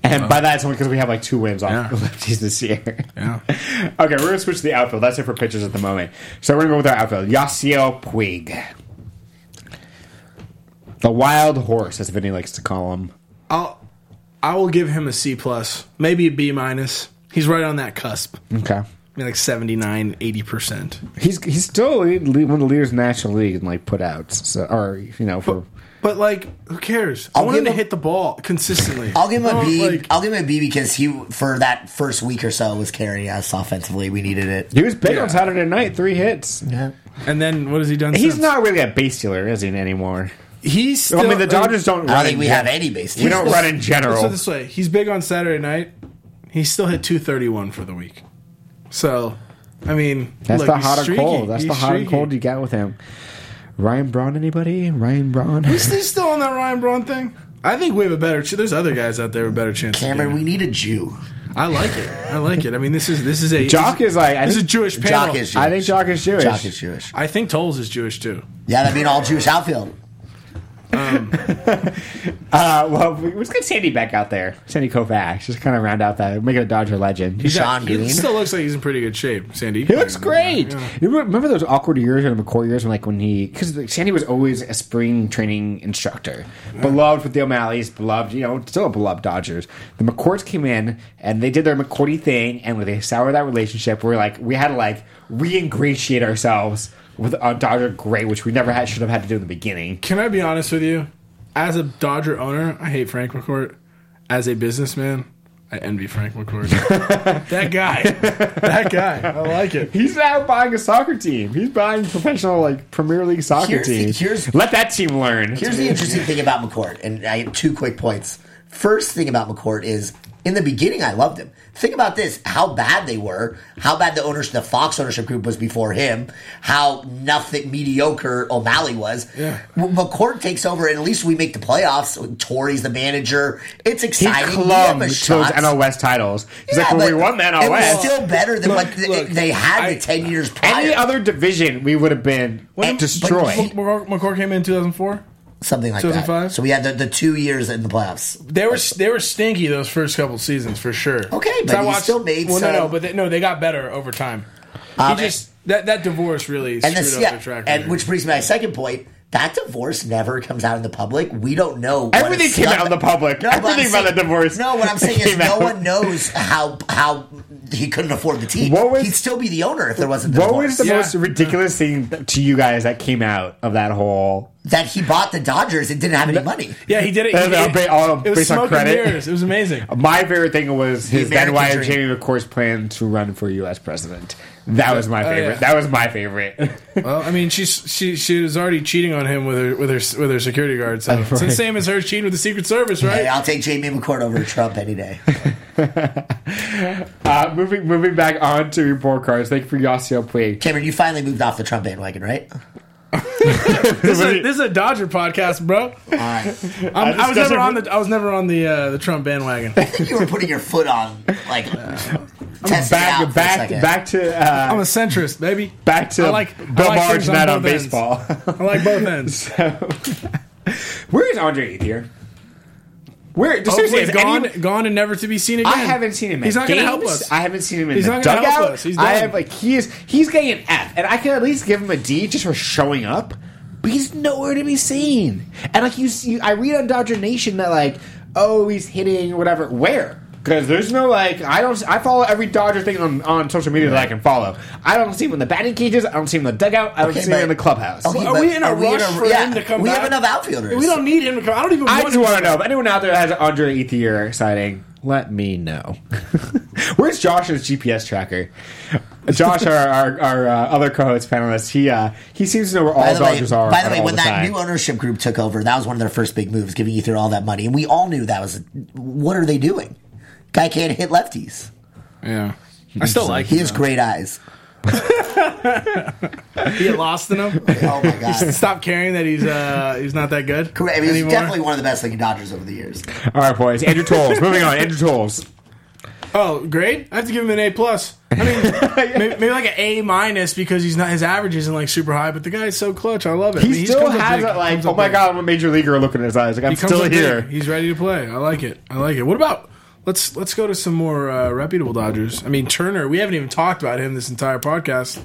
Speaker 1: And by that, it's only because we have like two wins off
Speaker 4: Uh-huh. Yeah.
Speaker 1: the lefties this year.
Speaker 4: Yeah.
Speaker 1: okay, we're going to switch to the outfield. That's it for pitchers at the moment. So we're going to go with our outfield. Yasiel Puig. The wild horse, as Vinny likes to call him.
Speaker 4: I'll. I will give him a C plus, maybe a B minus. He's right on that cusp. I
Speaker 1: Okay.
Speaker 4: mean, like 79, 80 percent.
Speaker 1: He's he's still le- le- one of the leaders in the National League and like put out. So, or, you know, for.
Speaker 4: But like, who cares? I
Speaker 5: I'll
Speaker 4: want him to
Speaker 5: give him-
Speaker 4: hit the ball consistently.
Speaker 5: I'll give him a
Speaker 4: Not
Speaker 5: B.
Speaker 4: like-
Speaker 5: will give him a B because he for that first week or so was carrying us offensively. We needed it.
Speaker 1: He was big
Speaker 4: Yeah.
Speaker 1: on Saturday night, three hits.
Speaker 5: Yeah.
Speaker 4: and then what has he done?
Speaker 1: He's
Speaker 4: since?
Speaker 1: not really a base dealer, is he, anymore?
Speaker 4: He's. Still,
Speaker 1: I mean, the Dodgers don't
Speaker 5: I
Speaker 1: run
Speaker 5: don't think
Speaker 1: in
Speaker 5: we
Speaker 1: gen-
Speaker 5: have any base.
Speaker 1: We don't
Speaker 5: defense.
Speaker 1: run in general.
Speaker 4: Let's put it this way: he's big on Saturday night. He still hit 231 for the week. So, I mean,
Speaker 1: That's
Speaker 4: look,
Speaker 1: the
Speaker 4: he's
Speaker 1: hot or
Speaker 4: streaky.
Speaker 1: cold. That's
Speaker 4: He's
Speaker 1: the hot and
Speaker 4: streaky.
Speaker 1: cold you got with him. Ryan Braun, anybody? Ryan Braun.
Speaker 4: Is he still on that Ryan Braun thing? I think we have a better. Ch- There's other guys out there with better chances.
Speaker 5: Cameron,
Speaker 4: than
Speaker 5: we need a Jew.
Speaker 4: him. I like it. I like it. I mean, this is this is a
Speaker 1: Jock
Speaker 4: this
Speaker 1: is like- I
Speaker 4: this is a
Speaker 1: think-
Speaker 4: Jewish panel.
Speaker 5: Jock is Jewish.
Speaker 1: I think Jock is Jewish.
Speaker 5: Jock is Jewish.
Speaker 4: I think Tolls is Jewish too.
Speaker 5: Yeah, that'd be an all Jewish outfield.
Speaker 1: Uh, well, we- let's get Sandy back out there. Sandy Koufax. Just kind of round out that. Make it a Dodger legend.
Speaker 4: He's
Speaker 5: Sean
Speaker 4: got- he
Speaker 5: Green.
Speaker 4: still looks like he's in pretty good shape. Sandy,
Speaker 1: He looks great. You remember- remember those awkward years or the McCoy years when, like, when he because like, Sandy was always a spring training instructor, beloved with the O'Malleys, beloved, you know, still a beloved Dodgers. The McCourts came in and they did their McCourty thing, and when they soured that relationship, we are like we had to like re-ingratiate ourselves with a Dodger great, which we never had should have had to do in the beginning.
Speaker 4: Can I be honest with you? As a Dodger owner, I hate Frank McCourt. As a businessman, I envy Frank McCourt. that guy. That guy. I like it.
Speaker 1: He's now buying a soccer team. He's buying professional like Premier League soccer
Speaker 5: Here's the-
Speaker 1: team.
Speaker 5: here's-
Speaker 1: Let that team learn.
Speaker 5: Here's the interesting thing about McCord, and I have two quick points. First thing about McCord is in the beginning I loved him. Think about this: how bad they were, how bad the owners, the Fox ownership group was before him, how nothing mediocre O'Malley was.
Speaker 4: Yeah.
Speaker 5: When McCord takes over, and at least we make the playoffs. Tori's the manager. It's
Speaker 1: He
Speaker 5: exciting. We have
Speaker 1: clung
Speaker 5: a
Speaker 1: to those
Speaker 5: shot.
Speaker 1: NL West titles. He's like,
Speaker 5: Yeah,
Speaker 1: well, we
Speaker 5: but
Speaker 1: won the NL
Speaker 5: it was
Speaker 1: West.
Speaker 5: still better than what th-
Speaker 4: look,
Speaker 5: they had
Speaker 4: I-
Speaker 5: the ten years prior.
Speaker 1: Any other division, we would have been
Speaker 5: And-
Speaker 1: destroyed.
Speaker 5: but-
Speaker 4: McCourt, McCourt came in 2004.
Speaker 5: something like
Speaker 4: 2005?
Speaker 5: that. So we had the, the two years in the playoffs.
Speaker 4: They were they were stinky those first couple seasons for sure.
Speaker 5: Okay,
Speaker 4: So
Speaker 5: but
Speaker 4: I
Speaker 5: he still made
Speaker 4: Well,
Speaker 5: some-
Speaker 4: no, no, but they, no, they got better over time.
Speaker 5: Um,
Speaker 4: he just that that divorce really
Speaker 5: and
Speaker 4: screwed
Speaker 5: this,
Speaker 4: up
Speaker 5: yeah,
Speaker 4: their track record.
Speaker 5: and which brings me to my second point. That divorce never comes out in the public. We don't know. what
Speaker 1: Everything
Speaker 5: it's
Speaker 1: came
Speaker 5: done-
Speaker 1: out in the public.
Speaker 5: but I'm
Speaker 1: Everything about
Speaker 5: saying-
Speaker 1: the divorce
Speaker 5: No, what I'm saying is
Speaker 1: came
Speaker 5: no
Speaker 1: out.
Speaker 5: one knows how how he couldn't afford the team.
Speaker 1: What was-
Speaker 5: He'd still be the owner if there wasn't the
Speaker 1: What
Speaker 5: divorce.
Speaker 1: was the
Speaker 4: Yeah.
Speaker 1: most ridiculous thing th- to you guys that came out of that whole?
Speaker 5: that he bought the Dodgers and didn't have any money.
Speaker 4: yeah, he did it. He,
Speaker 1: And, uh,
Speaker 4: it,
Speaker 1: ba- all
Speaker 4: it was
Speaker 1: based on
Speaker 4: smoke and
Speaker 1: credit.
Speaker 4: mirrors. It was amazing.
Speaker 1: My favorite thing was his then
Speaker 5: American
Speaker 1: wife
Speaker 5: dream.
Speaker 1: Jamie McCourt's plan to run for U.S. president. That was my
Speaker 4: Oh,
Speaker 1: favorite.
Speaker 4: yeah.
Speaker 1: That was my favorite.
Speaker 4: Well, I mean, she's she she was already cheating on him with her with her with her security guard. So it's the
Speaker 1: Right.
Speaker 4: same as her cheating with the Secret Service, right?
Speaker 5: Hey, I'll take Jamie McCord over to Trump any day.
Speaker 1: uh, moving moving back on to report cards. Thank you for Yasiel Puig.
Speaker 5: Cameron, you finally moved off the Trump bandwagon, right?
Speaker 4: This, is, this is a Dodger podcast, bro.
Speaker 5: All right.
Speaker 4: I'm, I, was
Speaker 1: discussed
Speaker 4: never
Speaker 1: it-
Speaker 4: on the I was never on the uh, the Trump bandwagon. I'm
Speaker 5: You were putting your foot on, like, test it out
Speaker 1: back
Speaker 5: for a
Speaker 1: back
Speaker 5: second.
Speaker 1: back to uh,
Speaker 4: a centrist, baby.
Speaker 1: back to
Speaker 4: I like- I
Speaker 1: Bill
Speaker 4: like
Speaker 1: Maher
Speaker 4: things on
Speaker 1: tonight on,
Speaker 4: both ends.
Speaker 1: baseball.
Speaker 4: I like both ends.
Speaker 1: Where is Andre Ethier? Where seriously is
Speaker 4: Hopefully Oh, gone,
Speaker 1: anyone-
Speaker 4: gone and never to be seen again.
Speaker 1: I haven't seen him.
Speaker 4: He's
Speaker 1: at
Speaker 4: not going to help
Speaker 1: games.
Speaker 4: us.
Speaker 1: I haven't seen him in
Speaker 4: He's
Speaker 1: the
Speaker 4: not gonna
Speaker 1: dugout.
Speaker 4: help us. He's
Speaker 1: I
Speaker 4: done.
Speaker 1: have like he is. He's getting an F, and I can at least give him a D just for showing up. But he's nowhere to be seen. And like you, see, I read on Dodger Nation that like, oh, he's hitting or whatever. Where? Because there's no like I don't I follow every Dodger thing on, on social media that I can follow. I don't see him in the batting cages. I don't see him in the dugout. I don't
Speaker 5: Okay,
Speaker 1: see him in
Speaker 5: but-
Speaker 1: the clubhouse.
Speaker 5: Okay,
Speaker 4: Are
Speaker 5: but
Speaker 4: we in a
Speaker 5: are we
Speaker 4: rush for him to come
Speaker 5: We
Speaker 4: back?
Speaker 5: have enough outfielders.
Speaker 4: we don't need him to come. I don't even
Speaker 1: I
Speaker 4: want
Speaker 1: just
Speaker 4: him
Speaker 1: want to know if anyone out there has an Andre Ethier sighting. Let me know. Where's Josh's GPS tracker? Josh, our our, our uh, other co-host panelist, he uh, he seems to know where all
Speaker 5: By the way,
Speaker 1: Dodgers are.
Speaker 5: by the way
Speaker 1: all
Speaker 5: when that
Speaker 1: time.
Speaker 5: new ownership group took over, that was one of their first big moves, giving Ether all that money. And we all knew that was what are they doing? Guy can't hit lefties.
Speaker 4: Yeah. I still like
Speaker 5: He
Speaker 4: him.
Speaker 5: has great eyes.
Speaker 4: He get lost in him.
Speaker 5: Oh my god.
Speaker 4: Stop caring that he's uh he's not that good.
Speaker 5: Correct. I mean, he's
Speaker 4: anymore.
Speaker 5: definitely one of the best looking Dodgers over the years.
Speaker 1: all right, boys. Andrew Tolles. Moving on. Andrew Tolles.
Speaker 4: Oh, grade? I have to give him an A plus. I mean, maybe, maybe like an A minus because he's not his average isn't like super high, but the guy is so clutch. I love it.
Speaker 1: He
Speaker 4: I mean,
Speaker 1: still
Speaker 4: comes up
Speaker 1: has
Speaker 4: big.
Speaker 1: it. Like,
Speaker 4: Comes up
Speaker 1: oh my
Speaker 4: big.
Speaker 1: god, I'm a major leaguer. Looking at his eyes, like I'm
Speaker 4: He comes
Speaker 1: still
Speaker 4: up
Speaker 1: here.
Speaker 4: big. He's ready to play. I like it. I like it. What about let's let's go to some more uh, reputable Dodgers. I mean Turner. We haven't even talked about him this entire podcast.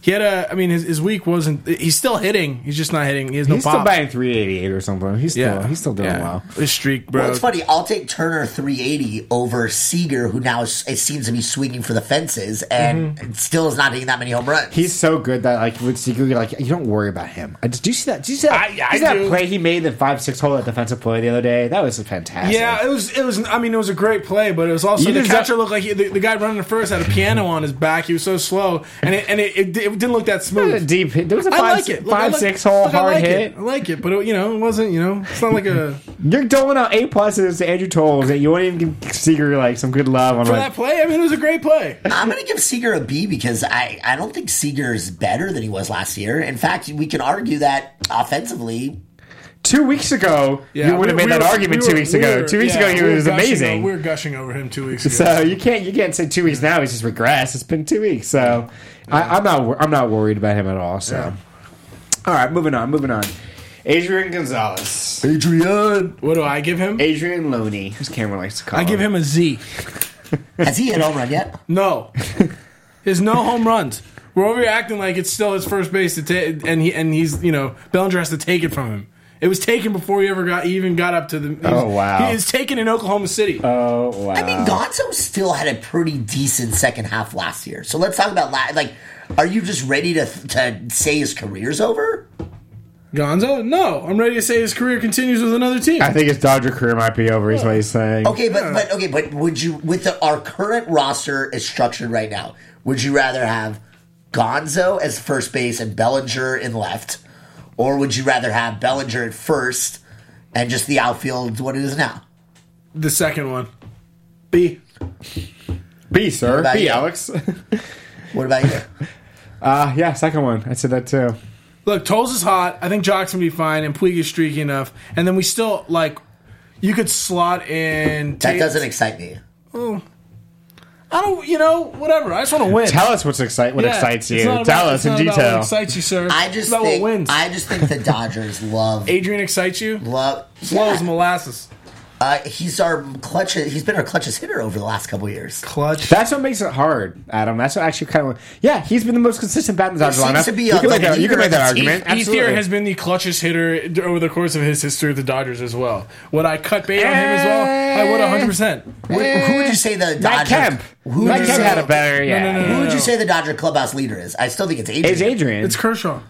Speaker 4: He had a. I mean his, his week wasn't. He's still hitting. He's just not hitting. He has no
Speaker 1: He's
Speaker 4: pop.
Speaker 1: still batting 388 or something. He's still he's still doing
Speaker 4: Yeah.
Speaker 1: well.
Speaker 4: His streak, bro.
Speaker 5: Well, it's funny. I'll take Turner 380 over Seager, who now is, it seems to be swinging for the fences and
Speaker 1: Mm-hmm.
Speaker 5: still is not hitting that many home runs.
Speaker 1: He's so good that like with Seager, you're like you don't worry about him. I just, do you see that? Do you see that?
Speaker 4: I- I
Speaker 1: do you see that
Speaker 4: do.
Speaker 1: play he made the five six hole at defensive play the other day? That was fantastic.
Speaker 4: Yeah, it was. It was. I mean, it was a great play, but it was also
Speaker 1: You
Speaker 4: the
Speaker 1: just-
Speaker 4: catcher looked like he, the, the guy running first had a piano on his back. He was so slow, and it, and it, it, it didn't look that
Speaker 1: That was a
Speaker 4: smooth.
Speaker 1: deep hit. There was a
Speaker 4: I
Speaker 1: five,
Speaker 4: like it. Look, I
Speaker 1: five,
Speaker 4: like-
Speaker 1: six hole
Speaker 4: look, I
Speaker 1: hard
Speaker 4: like
Speaker 1: hit.
Speaker 4: It. I like it, but it, you know, it wasn't. You know, it's not like a
Speaker 1: You're doling out A pluses to Andrew Tolles, and you won't even give Seager like some good love. I'm
Speaker 4: for
Speaker 1: like,
Speaker 4: that play. I mean, it was a great play.
Speaker 5: I'm going to give Seager a B because I, I don't think Seager is better than he was last year. In fact, we can argue that offensively,
Speaker 1: two weeks ago,
Speaker 4: Yeah,
Speaker 1: you would have
Speaker 4: we-
Speaker 1: made
Speaker 4: we
Speaker 1: that
Speaker 4: were-
Speaker 1: argument
Speaker 4: we
Speaker 1: two
Speaker 4: were-
Speaker 1: weeks
Speaker 4: we
Speaker 1: ago.
Speaker 4: were-
Speaker 1: two weeks
Speaker 4: yeah,
Speaker 1: ago, he
Speaker 4: we were
Speaker 1: was
Speaker 4: gushing
Speaker 1: amazing.
Speaker 4: over- we were gushing over him two weeks ago.
Speaker 1: so you can't you can't say two weeks now. He's just regressed. It's been two weeks, so I, I'm not wor- I'm not worried about him at all. So, all right, moving on, moving on. Adrian Gonzalez,
Speaker 5: Adrian,
Speaker 4: what do I give him?
Speaker 1: Adrian Loney, as Cameron likes to call.
Speaker 4: I give him a Z.
Speaker 5: has he hit home run yet?
Speaker 4: No, there's no home runs. We're over here acting like it's still his first base to take, and he and he's you know Bellinger has to take it from him. It was taken before he ever got he even got up to the. he was-
Speaker 1: Oh, wow.
Speaker 4: He is taken in Oklahoma City.
Speaker 1: Oh wow!
Speaker 5: I mean, Gonzo still had a pretty decent second half last year. So let's talk about la- like, are you just ready to to say his career's over?
Speaker 4: Gonzo, no, I'm ready to say his career continues with another team.
Speaker 1: I think his Dodger career might be over. Is what he's saying.
Speaker 5: Okay, but but okay, but would you with the, our current roster is structured right now? Would you rather have Gonzo as first base and Bellinger in left, or would you rather have Bellinger at first and just the outfield what it is now?
Speaker 4: the second one, B.
Speaker 1: B, sir.
Speaker 5: about
Speaker 1: B,
Speaker 5: you?
Speaker 1: Alex.
Speaker 5: What about you?
Speaker 1: Uh, yeah, second one. I said that too.
Speaker 4: Look, Tolls is hot. I think Jock's gonna be fine, and Puig is streaky enough. And then we still like, you could slot in.
Speaker 5: That
Speaker 4: Ta-
Speaker 5: doesn't excite me.
Speaker 4: I don't. You know, whatever. I just want to win.
Speaker 1: Tell us what's excite what
Speaker 4: Yeah,
Speaker 1: excites you.
Speaker 4: it's
Speaker 1: Tell
Speaker 4: not about-
Speaker 1: us
Speaker 4: it's
Speaker 1: in
Speaker 4: not about what
Speaker 1: detail.
Speaker 4: excites you, sir.
Speaker 5: I
Speaker 4: It's
Speaker 5: just
Speaker 4: about
Speaker 5: think
Speaker 4: what wins.
Speaker 5: I just think the Dodgers love
Speaker 4: Adrian excites you?
Speaker 5: love.
Speaker 4: Slow as
Speaker 5: Yeah.
Speaker 4: molasses.
Speaker 5: Uh, he's our clutch. He's been our clutchest hitter over the last couple years.
Speaker 4: Clutch.
Speaker 1: That's what makes it hard, Adam. That's what actually kind of yeah. He's been the most consistent bat in the Dodger
Speaker 5: seems
Speaker 1: lineup.
Speaker 5: to be
Speaker 1: you,
Speaker 5: a-
Speaker 1: can make
Speaker 5: the
Speaker 1: that, you can
Speaker 5: leader
Speaker 1: make that
Speaker 5: of the team.
Speaker 1: argument.
Speaker 4: Ethier
Speaker 1: Absolutely.
Speaker 4: has been the clutchest hitter d- over the course of his history with the Dodgers as well. Would I cut bait on him as well? I would 100. percent
Speaker 5: Who, who would you say the
Speaker 1: Matt
Speaker 5: Dodgers?
Speaker 1: Kemp.
Speaker 5: Who
Speaker 1: Matt
Speaker 5: would you
Speaker 1: Kemp
Speaker 5: say-
Speaker 1: had a better. Yeah,
Speaker 4: no, no,
Speaker 5: Who
Speaker 4: no.
Speaker 5: would you say the Dodger clubhouse leader is? I still think it's Adrian.
Speaker 1: It's Adrian.
Speaker 4: It's
Speaker 1: It's,
Speaker 4: Kershaw.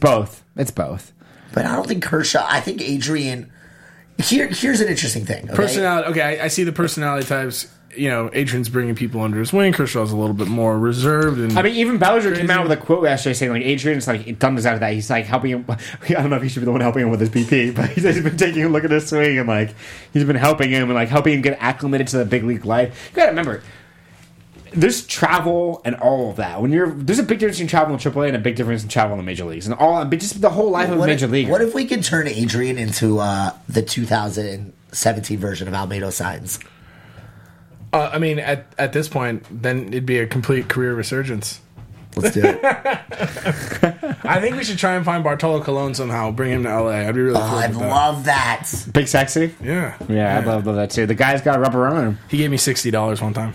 Speaker 1: both. It's both.
Speaker 5: But I don't think Kershaw. I think Adrian. Here, here's an interesting thing. Okay?
Speaker 4: Personality. Okay, I, I see the personality types. You know, Adrian's bringing people under his wing. Kershaw's a little bit more reserved. And
Speaker 1: I mean, even Bellinger came out with a quote yesterday saying like Adrian's like done this out of that. He's like helping him. I don't know if he should be the one helping him with his BP, but he's been taking a look at his swing and like he's been helping him and like helping him get acclimated to the big league life. You got to remember. there's travel and all of that. When you're there's a big difference in travel in AAA and a big difference in travel in the major leagues and all. But just the whole life of a
Speaker 5: What
Speaker 1: major
Speaker 5: if,
Speaker 1: league.
Speaker 5: What if we could turn Adrian into uh, the 2017 version of Almedo Signs?
Speaker 4: Uh, I mean, at at this point, then it'd be a complete career resurgence.
Speaker 5: Let's do it. oh,
Speaker 4: I think we should try and find Bartolo Colon somehow. Bring him to LA. Oh, I'd be really. cool
Speaker 5: I'd
Speaker 4: with that.
Speaker 5: love that.
Speaker 1: Big sexy.
Speaker 4: Yeah.
Speaker 1: Yeah, I love, love that too. The guy's got a rubber arm.
Speaker 4: He gave me sixty dollars one time.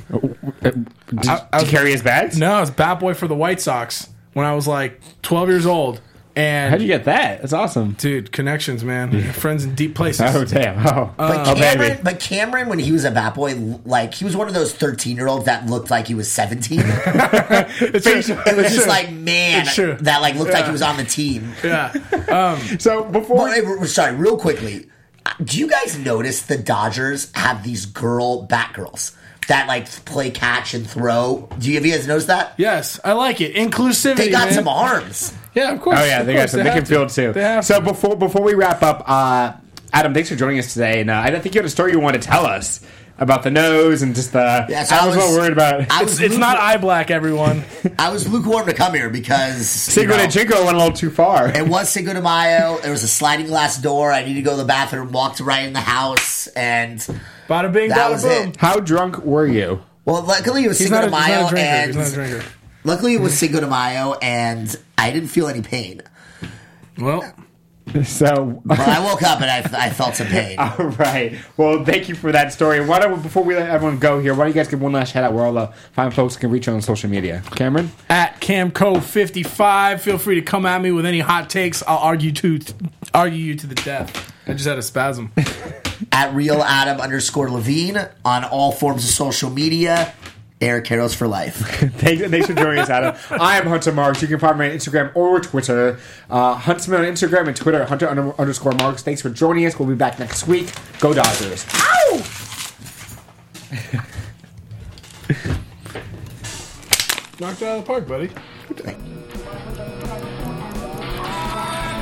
Speaker 1: Did,
Speaker 4: I- I
Speaker 1: did
Speaker 4: was-
Speaker 1: you carry his bags?
Speaker 4: No, I was bat boy for the White Sox when I was like twelve years old. And
Speaker 1: How'd you get that? That's awesome.
Speaker 4: dude, connections, man, friends in deep places.
Speaker 1: Oh damn! Oh,
Speaker 5: But
Speaker 1: oh
Speaker 5: Cameron,
Speaker 1: baby.
Speaker 5: but Cameron, when he was a bat boy, l- like he was one of those thirteen-year-olds that looked like he was seventeen. it
Speaker 4: It's true.
Speaker 5: was
Speaker 4: It's
Speaker 5: just
Speaker 4: true.
Speaker 5: like man,
Speaker 4: It's true.
Speaker 5: that like looked like he was on the team.
Speaker 4: yeah.
Speaker 1: So
Speaker 5: Well,
Speaker 1: before
Speaker 5: hey, we're- we're sorry, real quickly, uh, do you guys notice the Dodgers have these girl bat girls that like play catch and throw? Do you, have you guys noticed that?
Speaker 4: Yes, I like it. Inclusivity.
Speaker 5: They got
Speaker 4: man.
Speaker 5: some arms.
Speaker 4: Yeah, of course.
Speaker 1: Oh yeah,
Speaker 4: of
Speaker 1: they got
Speaker 4: course,
Speaker 1: some. They
Speaker 4: have
Speaker 1: can
Speaker 4: to.
Speaker 1: field too.
Speaker 4: They have
Speaker 1: So
Speaker 4: to.
Speaker 1: before before we wrap up, uh, Adam, thanks for joining us today. And uh, I think you had a story you wanted to tell us about the nose and just the.
Speaker 5: Yeah, so
Speaker 1: I
Speaker 5: I
Speaker 1: was,
Speaker 5: was-
Speaker 1: all worried about.
Speaker 5: I
Speaker 4: It's,
Speaker 5: was
Speaker 4: it's not eye black, everyone.
Speaker 5: I was lukewarm to come here because you
Speaker 1: Cinco
Speaker 5: know,
Speaker 1: de Chico went a little too far.
Speaker 5: It was Cinco de Mayo. There was a sliding glass door. I needed to go to the bathroom. Walked right in the house, and
Speaker 4: Bada bing,
Speaker 5: That
Speaker 4: bada
Speaker 5: was
Speaker 4: boom.
Speaker 5: it.
Speaker 1: How drunk were you?
Speaker 5: well, luckily it was
Speaker 4: He's
Speaker 5: Cinco
Speaker 4: not, a,
Speaker 5: de
Speaker 4: he's not
Speaker 5: Mayo,
Speaker 4: a drinker.
Speaker 5: and
Speaker 4: He's not a drinker.
Speaker 5: luckily it was Cinco de Mayo, and I didn't feel any pain.
Speaker 4: Well,
Speaker 1: So.
Speaker 5: But I woke up and I, I felt some pain.
Speaker 1: All right. Well, thank you for that story. Why don't before we let everyone go here, why don't you guys give one last shout out where all the fine folks can reach you on social media? Cameron,
Speaker 4: at Camco55, feel free to come at me with any hot takes. I'll argue to argue you to the death. I just had a spasm.
Speaker 5: At real Adam underscore Levine on all forms of social media. Eric Carroll's for life.
Speaker 1: thanks, thanks for joining us, Adam. I am Hunter Marks. You can find me on Instagram or Twitter. Uh, Huntsman on Instagram and Twitter, Hunter under, underscore Marks. Thanks for joining us. We'll be back next week. Go Dodgers.
Speaker 4: Knocked out of the park, buddy.